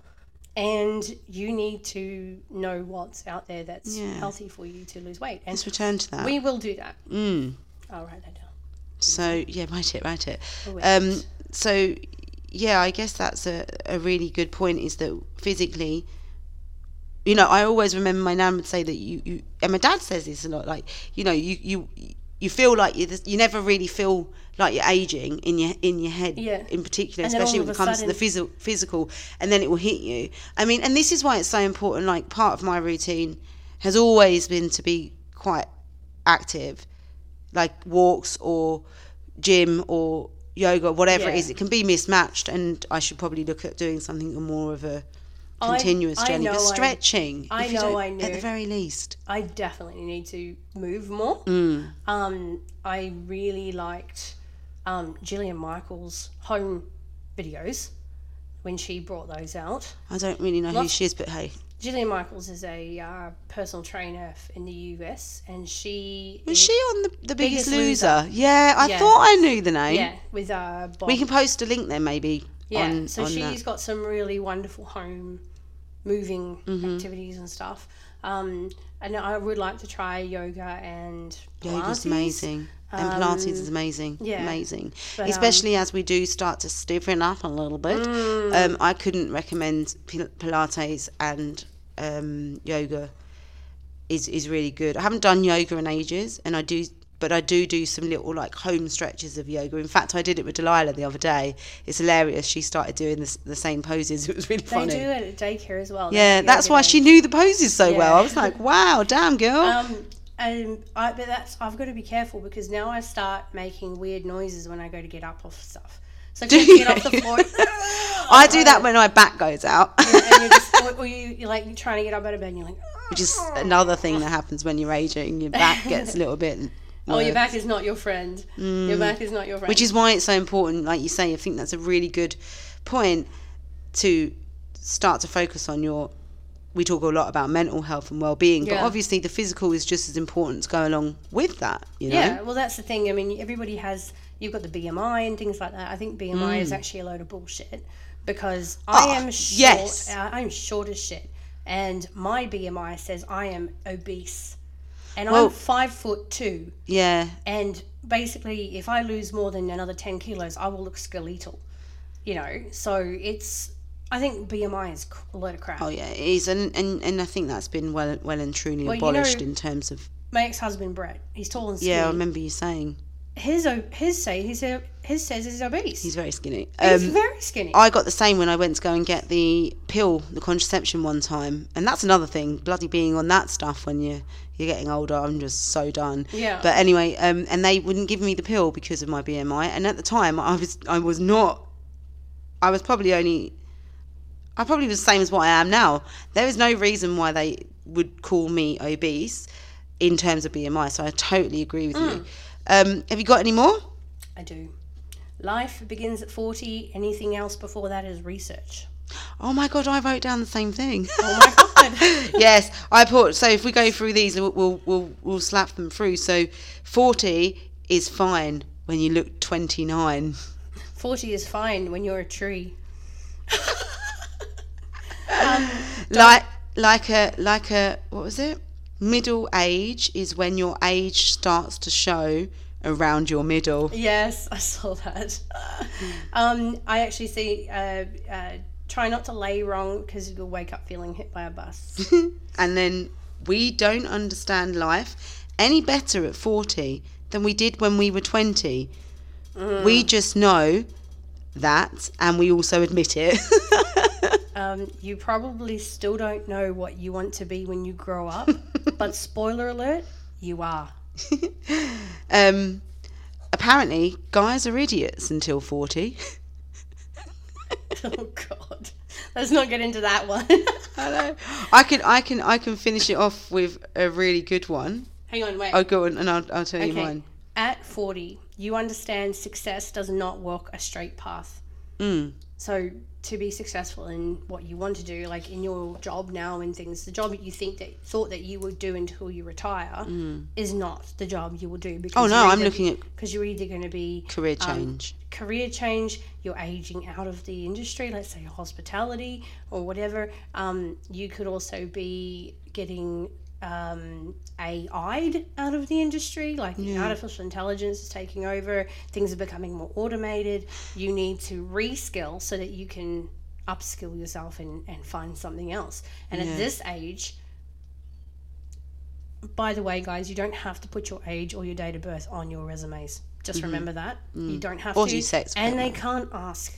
S3: and you need to know what's out there that's
S4: Yeah.
S3: healthy for you to lose weight and
S4: let's return to that.
S3: we will do that
S4: Mm.
S3: i'll write that down
S4: So
S3: Mm-hmm.
S4: yeah, write it, write it.
S3: Oh, wait.
S4: Um, so yeah, I guess that's a, a really good point is that physically, you know, I always remember my nan would say that you, you and my dad says this a lot, like you know, you you you feel like you you never really feel like you're aging in your in your head
S3: Yeah.
S4: in particular,
S3: And then all
S4: especially
S3: of
S4: when it
S3: a
S4: comes to the
S3: sudden-
S4: physical physical, and then it will hit you. I mean, and this is why it's so important. Like part of my routine has always been to be quite active like walks or gym or yoga, whatever it
S3: Yeah.
S4: is, it can be mismatched, and I should probably look at doing something more of a
S3: I-
S4: continuous
S3: I
S4: journey. But
S3: know I-
S4: stretching,
S3: I
S4: if you
S3: know
S4: don't-
S3: I
S4: at the
S3: knew.
S4: very least.
S3: i definitely need to move more
S4: Mm.
S3: um i really liked um gillian michaels home videos when she brought those out
S4: I don't really know who
S3: Lots-
S4: she is, but hey,
S3: Gillian Michaels is a uh, personal trainer f- in the US, and she
S4: was
S3: is-
S4: she on the, the Biggest,
S3: Biggest
S4: Loser? Yeah, I
S3: Yeah.
S4: thought I knew the name.
S3: yeah with uh, Bob.
S4: We can post a link there, maybe.
S3: yeah,
S4: on,
S3: so
S4: on
S3: she's
S4: that.
S3: got some really wonderful home moving
S4: Mm-hmm.
S3: activities and stuff. Um, and I would like to try yoga and
S4: Yoga's
S3: Pilates. um,
S4: amazing. And Pilates is amazing.
S3: yeah.
S4: Amazing.
S3: But, um, Mm.
S4: Especially as we do start to stiffen up a little bit. Um, I couldn't recommend Pil- Pilates and um, yoga is, is really good. I haven't done yoga in ages and I do but I do do some little like home stretches of yoga. In fact, I did it with Delilah the other day. It's hilarious. She started doing this, the same poses. [LAUGHS] It was really
S3: They
S4: funny.
S3: do it at daycare as well.
S4: Yeah,
S3: They do
S4: that's
S3: yoga
S4: why
S3: there.
S4: she knew the poses so well. I
S3: Yeah.
S4: was like, wow, damn girl.
S3: [LAUGHS] Um, and I, but that's I've got to be careful because now I start making weird noises when I go to get up off stuff. So if
S4: Do
S3: you get off the
S4: you?
S3: floor.
S4: [LAUGHS]
S3: [LAUGHS]
S4: I do that when my back goes out. [LAUGHS]
S3: and you're just, or, or you, you're like you're trying to get up out of bed and you're like,
S4: which is another thing that happens when you're aging. Your back gets a little bit.
S3: [LAUGHS] oh, your
S4: worse.
S3: back is not your friend. Your back is not your friend.
S4: Which is why it's so important, like you say. I think that's a really good point to start to focus on your. We talk a lot about mental health and well-being, but
S3: Yeah.
S4: obviously the physical is just as important to go along with that. You know,
S3: yeah, well, that's the thing. I mean, everybody has you've got the BMI and things like that. I think BMI
S4: Mm.
S3: is actually a load of bullshit because I am short.
S4: Ah, yes.
S3: I- I'm short as shit, and my BMI says I am obese, and
S4: Well-
S3: I'm five foot two.
S4: yeah,
S3: and basically if i lose more than another 10 kilos i will look skeletal you know so it's i think bmi is c- a load of crap
S4: oh yeah, it is, and, and and I think that's been well well and truly
S3: Well, you know-
S4: abolished in terms of.
S3: my ex-husband brett he's tall and skinny
S4: Yeah, I remember you saying.
S3: his o- his say he said his says he's obese.
S4: He's
S3: He's,
S4: very skinny. Um,
S3: very skinny.
S4: I got the same when I went to go and get the pill, the contraception one time, and that's another thing. Bloody being on that stuff when you you're getting older, I'm just so done.
S3: Yeah.
S4: But anyway, um, and they wouldn't give me the pill because of my BMI, and at the time I was I was not, I was probably only, I probably was the same as what I am now. There is no reason why they would call me obese in terms of BMI. So I totally agree with you. Um, have you got any more?
S3: I do. Life begins at forty. Anything else before that is research.
S4: Oh my god, I wrote down the same thing.
S3: [LAUGHS] Oh my god.
S4: [LAUGHS] yes, I put. So if we go through these, we'll we'll we'll, we'll slap them through. So forty is fine when you look twenty nine.
S3: forty is fine when you're a tree.
S4: Like like a like a what was it? Middle age is when your age starts to show around your middle.
S3: Yes, [LAUGHS] I saw
S4: [LAUGHS]
S3: that. um, I actually see. Uh, uh, try not to lay wrong because you'll wake up feeling hit by a
S4: [LAUGHS]
S3: bus.
S4: And then we don't understand life any better at forty than we did when we were twenty. We just know that, and we also admit it. [LAUGHS]
S3: um, you probably still don't know what you want to be when you grow up,
S4: [LAUGHS]
S3: but spoiler alert, you are.
S4: Um, apparently, guys are idiots until 40.
S3: [LAUGHS] Oh God, let's not get into that one.
S4: I can, I can, I can finish it off with a really good one.
S3: [LAUGHS] Hang on, wait.
S4: I'll go on and I'll, I'll tell you
S3: Okay.
S4: mine.
S3: At 40, you understand success does not walk a straight path.
S4: Mm.
S3: So, to be successful in what you want to do, like in your job now and things, the job that you think that thought that you would do until you retire is not the job you will do. Because
S4: Mm. Oh no, I'm looking at
S3: because you're either going to be
S4: career change.
S3: Um, career change, you're aging out of the industry, let's say hospitality or whatever. Um, you could also be getting um, AI'd out of the industry, like the artificial intelligence is taking over, things are becoming more automated. You need to reskill so that you can upskill yourself and, and find something else. And at this age, by the way, guys, you don't have to put your age or your date of birth on your resumes. Just remember that. You don't have
S4: Mm-hmm. Mm. Or
S3: to.
S4: your sex,
S3: and they can't ask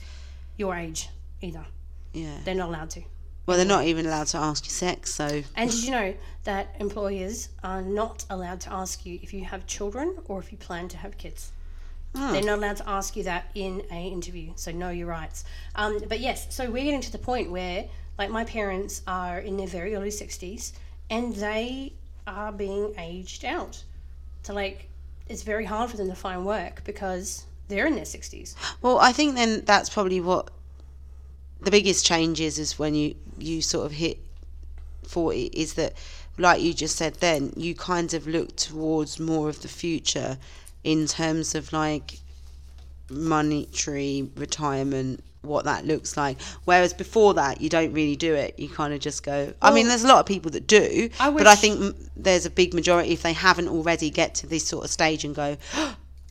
S3: your age either.
S4: yeah.
S3: They're not allowed to.
S4: Well, they're not even allowed to ask you sex. So
S3: And did you know that employers are not allowed to ask you if you have children or if you plan to have kids? They're not allowed to ask you that in a interview. So know your rights. Um, but yes, so we're getting to the point where, like, my parents are in their very early sixties, and they are being aged out. So like, it's very hard for them to find work because they're in their sixties.
S4: Well, I think then that's probably what the biggest change is is when you you sort of hit forty is that like you just said then you kind of look towards more of the future in terms of like monetary retirement what that looks like whereas before that you don't really do it you kind of just go i mean there's a lot of people that do
S3: I
S4: but i
S3: wish-
S4: think m- there's a big majority if they haven't already get to this sort of stage and go [GASPS]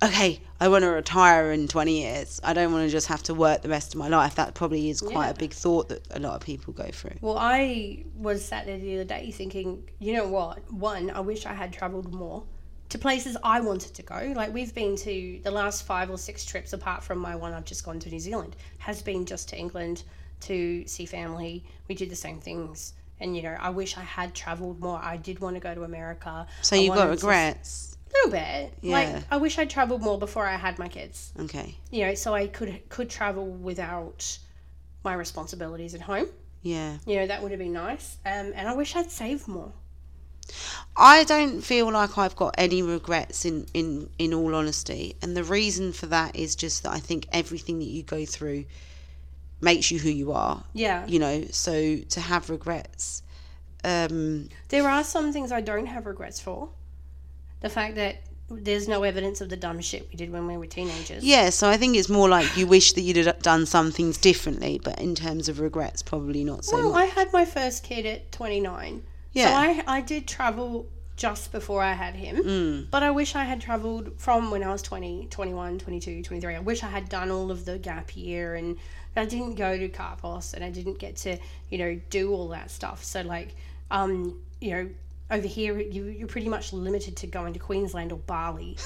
S4: okay, I want to retire in 20 years. I don't want to just have to work the rest of my life. That probably is quite a big thought that a lot of people go through.
S3: Well, I was sat there the other day thinking, you know what? One, I wish I had travelled more to places I wanted to go. Like we've been to the last five or six trips, apart from my one I've just gone to New Zealand, has been just to England to see family. We did the same things, and you know, I wish I had travelled more. I did want to go to America.
S4: So
S3: I
S4: you've got
S3: wanted to-
S4: regrets.
S3: little bit.
S4: Yeah.
S3: Like I wish I travelled more before I had my kids
S4: Okay.
S3: you know, so I could could travel without my responsibilities at home.
S4: Yeah.
S3: You know, that would have been nice. Um, and I wish I'd saved more.
S4: I don't feel like I've got any regrets in, in, in all honesty. And the reason for that is just that I think everything that you go through makes you who you are,
S3: Yeah.
S4: you know? So to have regrets, um,
S3: There are some things I don't have regrets for. The fact that there's no evidence of the dumb shit we did when we were teenagers.
S4: Yeah, so I think it's more like you wish that you'd have done some things differently, but in terms of regrets, probably not so
S3: Well,
S4: much.
S3: I had my first kid at 29. So
S4: Yeah.
S3: I, I did travel just before I had him.
S4: Mm.
S3: But I wish I had traveled from when I was 20, 21, 22, 23. I wish I had done all of the gap year and I didn't go to Carpos and I didn't get to, you know, do all that stuff. So, like, um, you know, over here you, you're pretty much limited to going to Queensland or
S4: [LAUGHS]
S3: Bali,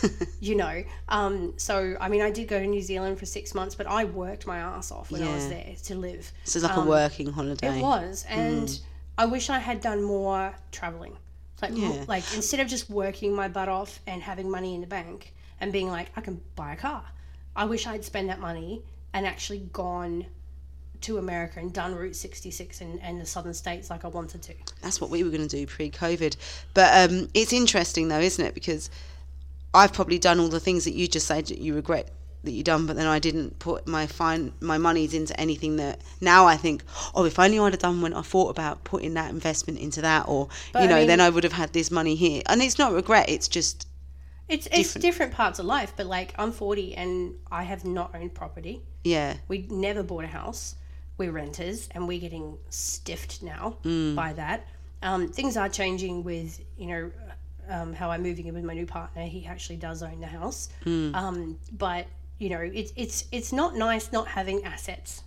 S3: you know. Um, so I mean, I did go to New Zealand for six months, but I worked my ass off when I was
S4: Yeah.
S3: there to live.
S4: So it's like
S3: um,
S4: a working holiday.
S3: It was, and I wish I had done more traveling. Like, mo-
S4: Yeah.
S3: like instead of just working my butt off and having money in the bank and being like, I can buy a car. I wish I'd spent that money and actually gone to America and done Route 66 and, and the southern states like I wanted to.
S4: That's what we were going to do pre-COVID. But um, it's interesting though, isn't it? Because I've probably done all the things that you just said that you regret that you done, but then I didn't put my fine my monies into anything that now I think, oh, if only I'd have done when I thought about putting that investment into that, or you
S3: I
S4: know,
S3: mean-
S4: then I would have had this money here. And it's not regret; it's just
S3: It's, it's different parts of life, but like I'm 40 and I have not owned property.
S4: yeah,
S3: We never bought a house. We're renters, and we're getting stiffed now by that. Um, things are changing with you know um, how I'm moving in with my new partner. He actually does own the house, um, but you know it's it's it's not nice not having assets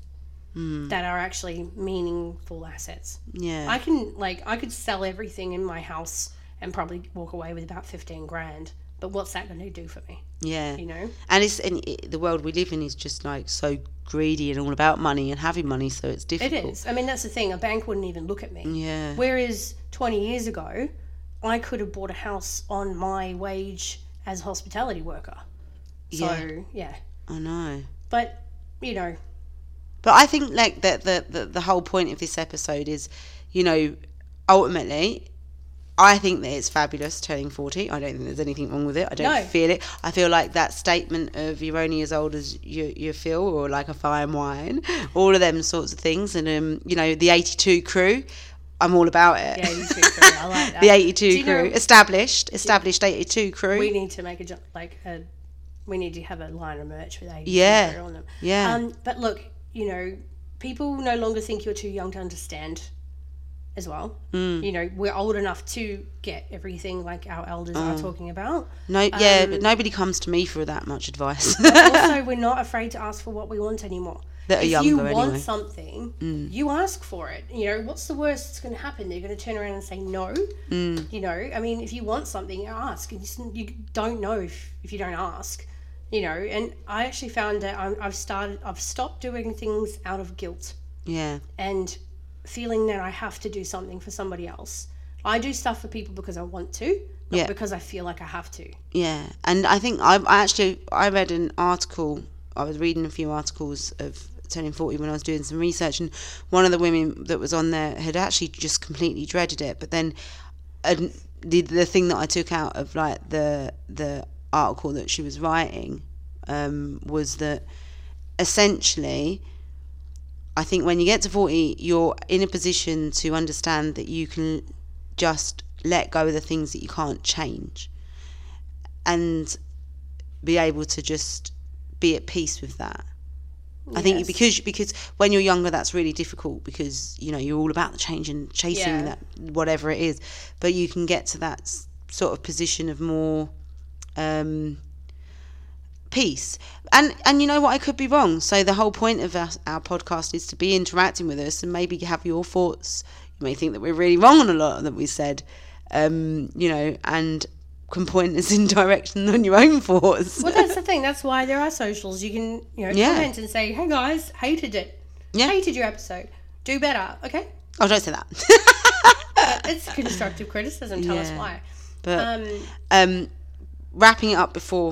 S3: that are actually meaningful assets.
S4: yeah.
S3: I can like I could sell everything in my house and probably walk away with about fifteen grand. But what's that going to do for me?
S4: Yeah,
S3: You know?
S4: and it's and it, the world we live in is just like so greedy and all about money and having money, so it's
S3: It
S4: difficult.
S3: is. I mean, that's the thing. A bank wouldn't even look at me.
S4: Yeah,
S3: Whereas 20 years ago, I could have bought a house on my wage as a hospitality worker. So,
S4: Yeah.
S3: yeah.
S4: I know.
S3: But, you [LAUGHS] know,
S4: But I think like that the, the the whole point of this episode is, you know, ultimately, I think that it's fabulous turning forty. I don't think there's anything wrong with it. I don't
S3: No.
S4: feel it. I feel like that statement of you're only as old as you you feel, or like a fine wine, [LAUGHS] all of them sorts of things, and um, you know, the eighty two crew. I'm all about it.
S3: yeah, you too, Karina. E I [LAUGHS] like that.
S4: the 82
S3: Do you
S4: crew
S3: know-
S4: established established 82 crew
S3: we need to make a, ju- like, a, we need to have a line of merch with 80
S4: Yeah.
S3: on them.
S4: yeah
S3: Um, but look, you know, people no longer think you're too young to understand as well.
S4: Hmm.
S3: You know, we're old enough to get everything like our elders are
S4: Hmm.
S3: talking about.
S4: no yeah
S3: um,
S4: but nobody comes to me for that much advice [LAUGHS]
S3: also we're not afraid to ask for what we want anymore.
S4: That are
S3: if you
S4: younger,
S3: want
S4: anyway. Mm.
S3: something, you ask for it. You know, what's the worst that's going to happen? They're going to turn around and say no.
S4: Mm.
S3: You know, I mean, if you want something, ask. And you- you don't know if, if you don't ask. You know, and I actually found that I'm, I've started, I've stopped doing things out of guilt
S4: yeah
S3: and feeling that I have to do something for somebody else. I do stuff for people because I want to, not
S4: Yeah.
S3: because I feel like I have to.
S4: yeah and i think i, I actually i read an article i was reading a few articles of turning 40 when i was doing some research and one of the women that was on there had actually just completely dreaded it but then and the, the thing that i took out of like the the article that she was writing um, was that essentially I think when you get to 40, you're in a position to understand that you can just let go of the things that you can't change and be able to just be at peace with that. I think
S3: Yes.
S4: because because when you're younger, that's really difficult because you know you're all about the change and chasing
S3: Yeah.
S4: that whatever it is. But you can get to that s- sort of position of more um, peace. And and you know what? I could be wrong. So the whole point of us, our podcast is to be interacting with us and maybe have your thoughts. You may think that we're really wrong on a lot that we said, um, you know, and can point us [LAUGHS] in direction on your own thoughts.
S3: Well, that's the thing. That's why there are socials. You can, you know,
S4: Yeah.
S3: comment and say, "Hey guys, hated it.
S4: Yeah.
S3: Hated your episode. Do better." Okay,
S4: Oh, don't say that. [LAUGHS]
S3: but it's constructive criticism. Tell us
S4: Yeah.
S3: why.
S4: but
S3: Um,
S4: um, wrapping it up before.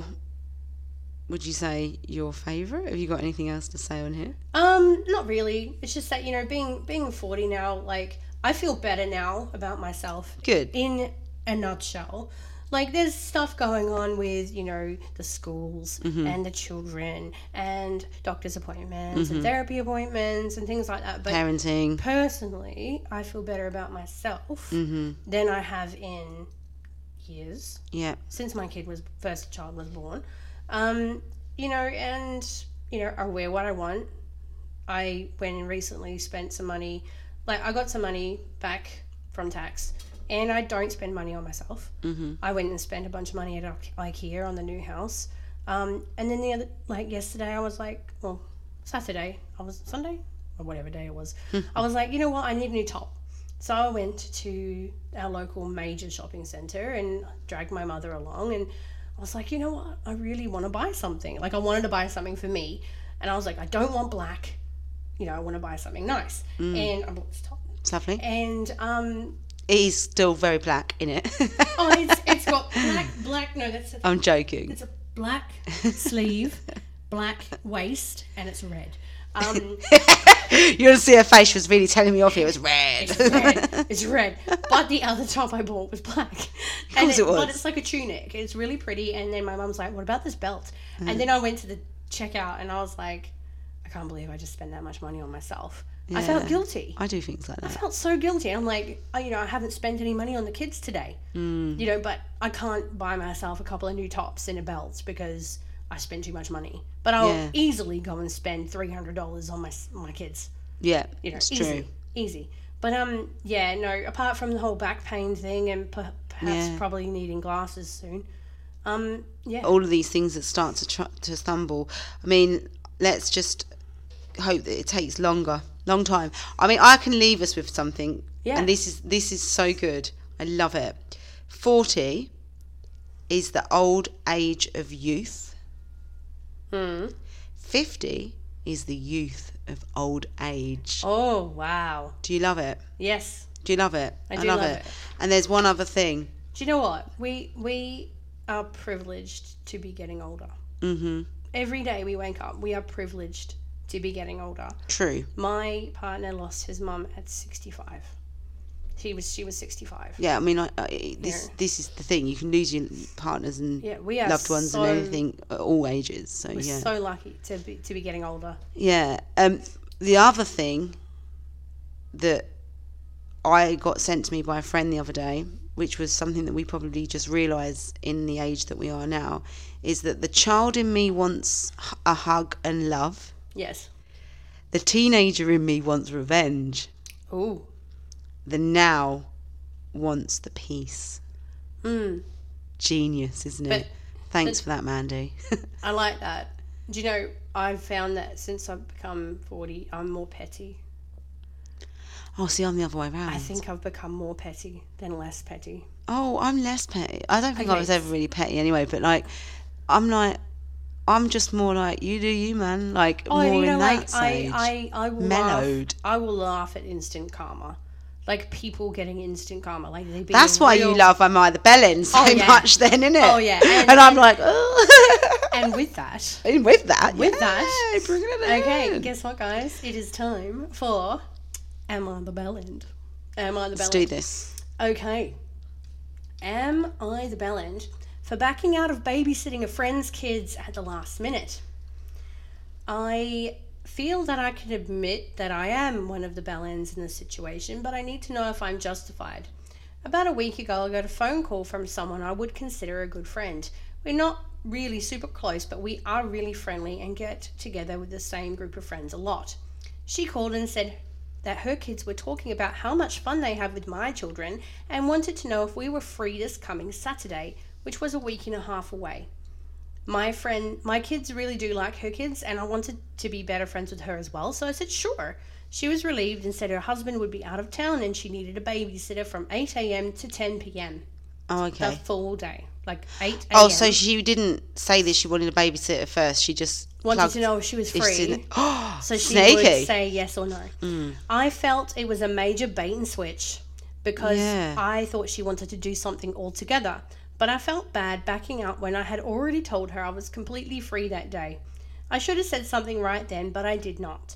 S4: Would you say your favourite? Have you got anything else to say on here?
S3: um, not really. It's just that you know, being being forty now, like I feel better now about myself.
S4: Good.
S3: In a nutshell, like there's stuff going on with you know the schools
S4: Mm-hmm.
S3: and the children and doctor's appointments
S4: Mm-hmm.
S3: and therapy appointments and things like that. But
S4: Parenting.
S3: personally, I feel better about myself than I have in years
S4: Yeah.
S3: since my kid was first child was born. Um, you know, and you know, I wear what I want. I went and recently spent some money, like I got some money back from tax, and I don't spend money on myself. Mm-hmm. I went and spent a bunch of money at I- IKEA on the new house, um, and then the other, like yesterday, I was like, well, Saturday, I was Sunday or whatever day it was, I was like, you know what, I need a new top. So I went to our local major shopping centre and dragged my mother along and I was like, you know what? I really want to buy something. Like I wanted to buy something for me. And I was like, I don't want black. You know, I want to buy something nice.
S4: Mm.
S3: And I bought this top.
S4: It's lovely.
S3: And um
S4: It is still very black in it.
S3: oh it's it's got black black no, that's a,
S4: [LAUGHS] I'm joking.
S3: it's a
S4: [LAUGHS]
S3: black sleeve, black waist, and it's red.
S4: [LAUGHS]
S3: Um
S4: You'll see her face. She was really telling me off here. It was red.
S3: It's red. It's red. But the other top I bought was black. Of
S4: course it was.
S3: But it's like a tunic. It's really pretty. And then my mum's like, "What about this belt?"
S4: Mm.
S3: And then I went to the checkout and I was like, "I can't believe I just spent that much money on myself." I felt
S4: Yeah.
S3: guilty.
S4: [LAUGHS] I do things like
S3: I
S4: that.
S3: felt so guilty. I'm like, oh, you know, I haven't spent any money on the kids today. You know, but I can't buy myself a couple of new tops and a belt because I spent too much money. But I'll
S4: Yeah.
S3: easily go and spend three hundred dollars on my s- my kids
S4: Yeah,
S3: you know,
S4: it's
S3: easy,
S4: true.
S3: easy. But um, yeah, no. Apart from the whole back pain thing, and per- perhaps
S4: Yeah.
S3: probably needing glasses soon. Um, yeah,
S4: all of these things that start to tr- to stumble. I mean, let's just hope that it takes longer, long time. I mean, I can leave us with something,
S3: Yeah.
S4: and this is this is so good. I love it. Forty is the old age of youth.
S3: Hmm.
S4: Fifty is the youth of old age.
S3: Oh wow,
S4: Do you love it?
S3: yes.
S4: Do you love it?
S3: I do love it.
S4: And there's one other thing.
S3: Do you know what we we are privileged to be getting older.
S4: Mm-hmm.
S3: Every day we wake up, we are privileged to be getting older.
S4: True.
S3: My partner lost his mum at sixty-five. She was she was sixty-five.
S4: Yeah, I mean, I, I, this
S3: Yeah.
S4: this is the thing. You can lose your partners and
S3: Yeah, we are
S4: loved ones
S3: so,
S4: and everything at all ages. So
S3: We're
S4: yeah,
S3: so lucky to be to be getting older.
S4: yeah. Um, the other thing that I got sent to me by a friend the other day, which was something that we probably just realise in the age that we are now, is that the child in me wants h- a hug and love.
S3: Yes.
S4: The teenager in me wants revenge.
S3: Ooh.
S4: The now wants the peace.
S3: Mm.
S4: Genius, isn't
S3: But-
S4: it? Thanks for that, Mandy. [LAUGHS]
S3: I like that. Do you know, I've found that since I've become 40, I'm more petty.
S4: Oh, see, I'm the other way around.
S3: I think I've become more petty than less petty.
S4: Oh, I'm less petty. I don't think I
S3: Okay.
S4: was ever really petty anyway, but like, I'm like, I'm just more like, you do you, man. Like,
S3: Oh,
S4: more
S3: you know,
S4: in that
S3: like,
S4: stage.
S3: I, I, I will
S4: Mellowed.
S3: laugh. I will laugh at instant karma. Like, people getting instant karma. Like, they being
S4: That's why
S3: real-
S4: you love Am I the Bellin so
S3: Oh, yeah.
S4: much, then, innit?
S3: Oh, yeah,
S4: [LAUGHS] And,
S3: and-
S4: I'm like, oh.
S3: And with that,
S4: [LAUGHS] and with that,
S3: With
S4: yeah,
S3: that.
S4: bring it in.
S3: okay, guess what, guys? It is time for Am I the Bell End? Am I the Bell
S4: Let's
S3: End?
S4: do this.
S3: Okay. Am I the bell end for backing out of babysitting a friend's kids at the last minute? I feel that I can admit that I am one of the bell ends in this situation, but I need to know if I'm justified. About a week ago, I got a phone call from someone I would consider a good friend. We're not really super close, but we are really friendly and get together with the same group of friends a lot. She called and said that her kids were talking about how much fun they have with my children and wanted to know if we were free this coming Saturday, which was a week and a half away. My friend, my kids really do like her kids, and I wanted to be better friends with her as well, so I said sure. She was relieved and said her husband would be out of town and she needed a babysitter from 8 a.m. to 10 p.m.
S4: Oh,
S3: the
S4: okay.
S3: full day, like 8 a.m.
S4: Oh, so she didn't say that she wanted a babysitter first. She just
S3: wanted
S4: plugged
S3: to know if she was
S4: if
S3: free.
S4: she didn't- Oh,
S3: So she
S4: sneaky.
S3: would say yes or no. I felt it was a major bait and switch because
S4: Yeah.
S3: I thought she wanted to do something altogether. But I felt bad backing out when I had already told her I was completely free that day. I should have said something right then, but I did not.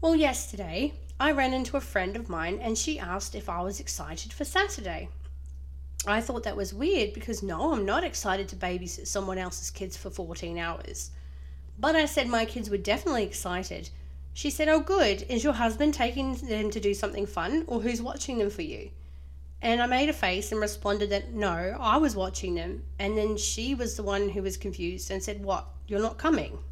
S3: Well, yesterday, I ran into a friend of mine and she asked if I was excited for Saturday. I thought that was weird because no, I'm not excited to babysit someone else's kids for 14 hours. But I said my kids were definitely excited. She said, Oh, good. Is your husband taking them to do something fun or who's watching them for you? And I made a face and responded that no, I was watching them. And then she was the one who was confused and said, What? You're not coming?
S4: [GASPS]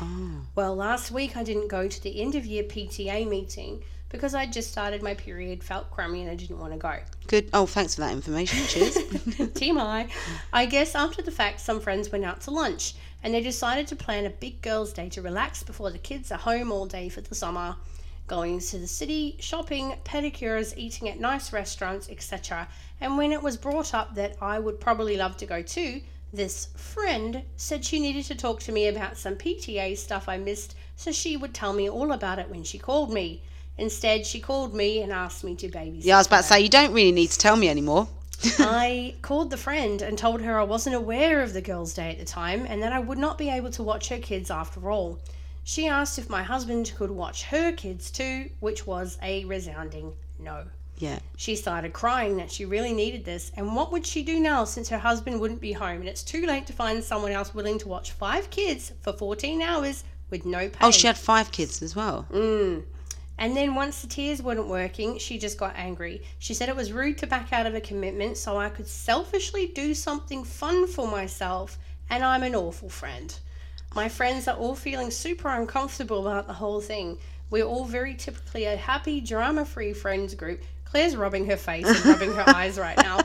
S4: Oh,
S3: Well, last week I didn't go to the end of year PTA meeting because I just started my period, felt crummy, and I didn't want to go.
S4: good. Oh, thanks for that information.
S3: [LAUGHS]
S4: Cheers.
S3: Team I. I guess after the fact, some friends went out to lunch and they decided to plan a big girls' day to relax before the kids are home all day for the summer. going to the city, shopping, pedicures, eating at nice restaurants, etc. And when it was brought up that I would probably love to go too, this friend said she needed to talk to me about some PTA stuff I missed, so she would tell me all about it when she called me. Instead, she called me and asked me to babysit.
S4: Yeah, I was about
S3: her.
S4: to say, you don't really need to tell me anymore.
S3: I called the friend and told her I wasn't aware of the girls' day at the time and that I would not be able to watch her kids after all. She asked if my husband could watch her kids too, which was a resounding no.
S4: Yeah.
S3: She started crying that she really needed this, and what would she do now since her husband wouldn't be home and it's too late to find someone else willing to watch five kids for 14 hours with no pay?
S4: Oh, she had five kids as well.
S3: And then once the tears weren't working, she just got angry. She said it was rude to back out of a commitment so I could selfishly do something fun for myself, and I'm an awful friend. My friends are all feeling super uncomfortable about the whole thing. We're all very typically a happy, drama free friends group. Claire's rubbing her face and rubbing her eyes right now.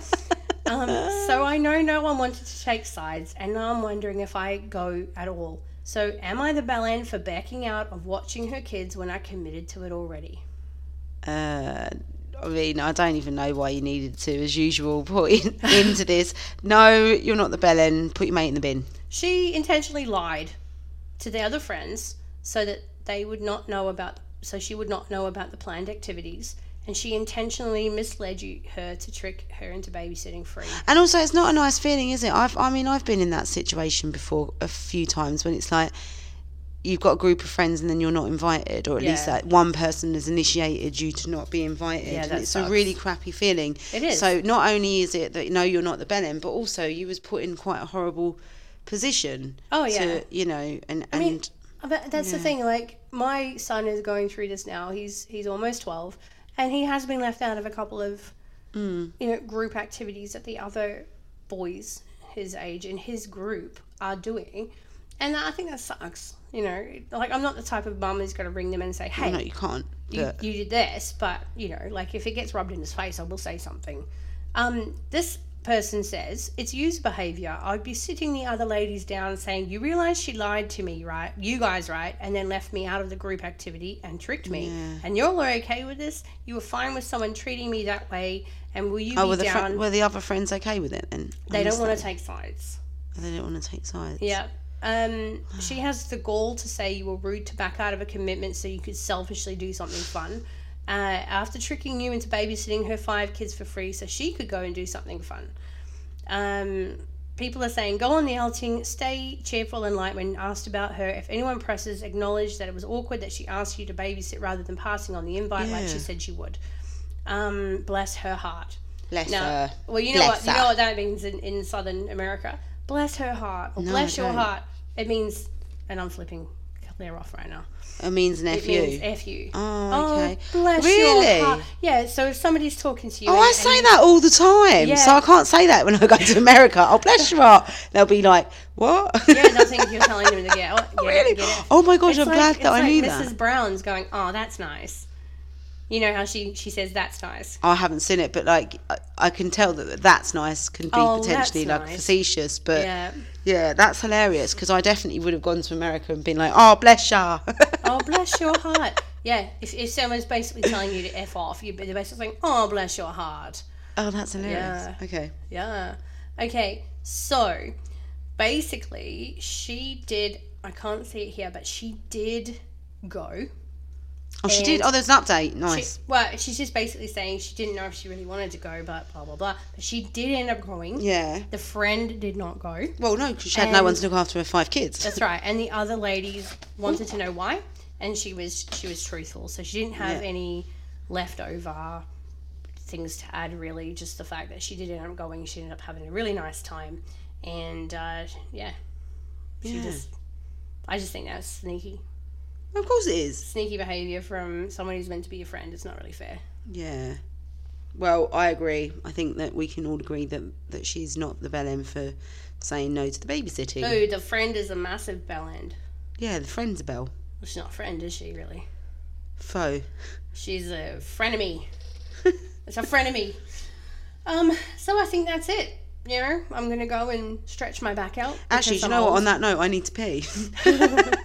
S3: Um, so I know no one wanted to take sides, and now I'm wondering if I go at all. So am I the bellend for backing out of watching her kids when I committed to it already?
S4: Uh, I mean, I don't even know why you needed to, as usual, put in, [LAUGHS] into this. No, you're not the bellend. Put your mate in the bin.
S3: She intentionally lied to the other friends so that they would not know about so she would not know about the planned activities and she intentionally misled you, her to trick her into babysitting free.
S4: And also, it's not a nice feeling, is it? I've, I mean, I've been in that situation before a few times when it's like you've got a group of friends and then you're not invited, or at least
S3: Yeah.
S4: that one person has initiated you to not be invited.
S3: Yeah,
S4: and
S3: that
S4: it's
S3: sucks.
S4: a really crappy feeling.
S3: It is.
S4: So not only is it that no, you're not the bellend, but also you was put in quite a horrible position.
S3: Oh,
S4: to,
S3: yeah.
S4: you know, and and
S3: mean, Uh, But that's the thing. Like my son is going through this now. He's he's almost twelve, and he has been left out of a couple of you know group activities that the other boys his age in his group are doing, and I think that sucks. You know, like I'm not the type of mum who's going to ring them and say, "Hey,
S4: oh, no, you can't.
S3: you,
S4: but-
S3: you did this, but you know, like if it gets rubbed in his face, I will say something. Um, this person says it's user behavior. I'd be sitting the other ladies down saying, You realize she lied to me, right? You guys, right? And then left me out of the group activity and tricked me. And you're all okay with this? You were fine with someone treating me that way. And will you
S4: Oh,
S3: be
S4: were the,
S3: down?
S4: fri were the other friends okay with it then? I
S3: they don't
S4: missed
S3: want
S4: that.
S3: to take sides.
S4: They don't want to take sides.
S3: Yeah. Um, she has the gall to say you were rude to back out of a commitment so you could selfishly do something fun. Uh, after tricking you into babysitting her five kids for free so she could go and do something fun. Um, people are saying go on the outing, stay cheerful and light when asked about her. If anyone presses, acknowledge that it was awkward that she asked you to babysit rather than passing on the invite like she
S4: Yeah.
S3: said she would. Um, bless her heart.
S4: Bless
S3: No.
S4: her.
S3: Well, you know
S4: uh,
S3: what
S4: Bless
S3: you
S4: her.
S3: know what that means in, in Southern America. Bless her heart or
S4: No,
S3: bless
S4: I
S3: your
S4: don't.
S3: heart. It means, and I'm flipping Claire off right now.
S4: It means an
S3: It
S4: F
S3: means
S4: you.
S3: f you.
S4: Oh, okay.
S3: bless
S4: Really?
S3: your heart. Yeah. So if somebody's talking to you,
S4: Oh,
S3: and-
S4: I
S3: and
S4: say
S3: you-
S4: that all the time.
S3: Yeah.
S4: So I can't say that when I go to America. Oh, bless your heart. They'll be like, what?
S3: Yeah, and I think you're telling them
S4: [LAUGHS]
S3: to get, oh, get it,
S4: really?
S3: get it.
S4: Oh my gosh,
S3: It's
S4: I'm
S3: like-
S4: glad
S3: it's
S4: that I
S3: like
S4: knew
S3: Mrs.
S4: that.
S3: Brown's going, oh, that's nice. You know how she she says that's nice.
S4: Oh, I haven't seen it, but like, I, I can tell that that's nice can be
S3: Oh,
S4: potentially
S3: that's
S4: like
S3: nice.
S4: facetious, but yeah,
S3: Yeah.
S4: that's hilarious because I definitely would have gone to America and been like, oh, bless ya. [LAUGHS]
S3: Oh, bless your heart. Yeah. If if someone's basically telling you to f off, you're basically saying, oh, bless your heart.
S4: oh, that's hilarious.
S3: Yeah.
S4: Okay.
S3: Yeah. Okay. So basically, she did. I can't see it here, but she did go.
S4: Oh, she
S3: And-
S4: did. Oh, there's an update.
S3: She-
S4: Nice.
S3: well, she's just basically saying she didn't know if she really wanted to go, but blah blah blah. But she did end up going.
S4: yeah.
S3: The friend did not go.
S4: Well, no, 'cause she had no one
S3: And-
S4: to look after her five kids.
S3: That's right. And the other ladies wanted to know why, and she was she was truthful. So she didn't have
S4: Yeah.
S3: any leftover things to add. Really, just the fact that she did end up going. She ended up having a really nice time, and uh, yeah, she
S4: Yeah.
S3: just. I just think that's sneaky,
S4: Of course it is.
S3: sneaky behavior from someone who's meant to be your friend. It's not really fair.
S4: Yeah. Well, I agree. I think that we can all agree that, that she's not the bellend for saying no to the babysitting.
S3: No, the friend is a massive bell end.
S4: Yeah, the friend's a bell.
S3: Well, she's not a friend, is she? Really,
S4: Foe.
S3: she's a frenemy. it's a frenemy. Um, so I think that's it. You know, I'm gonna go and stretch my back out.
S4: Actually,
S3: because
S4: do
S3: I'm
S4: you know what?
S3: old.
S4: On that note, I need to pee. [LAUGHS]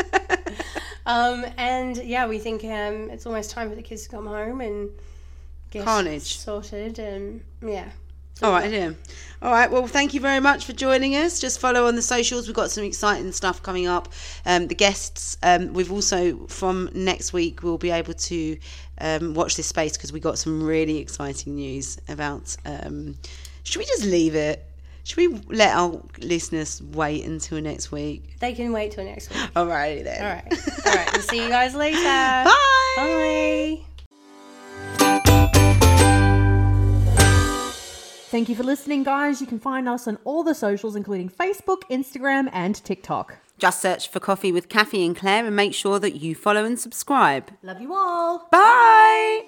S3: Um, and yeah, we think um, it's almost time for the kids to come home and get
S4: Carnage.
S3: sorted. And yeah,
S4: All right, yeah. All right. Well, thank you very much for joining us. Just follow on the socials. We've got some exciting stuff coming up. Um, the guests. Um, we've also from next week we'll be able to um, watch this space because we got some really exciting news about. Um, should we just leave it? Should we let our listeners wait until next week?
S3: they can wait till next
S4: [LAUGHS]
S3: week.
S4: All righty then.
S3: All right. All right. We'll see you guys later. Bye.
S4: Bye.
S3: Bye.
S1: Thank you for listening, guys. You can find us on all the socials, including Facebook, Instagram, and TikTok.
S4: Just search for Coffee with Kathy and Claire and make sure that you follow and subscribe.
S1: Love you all.
S4: Bye.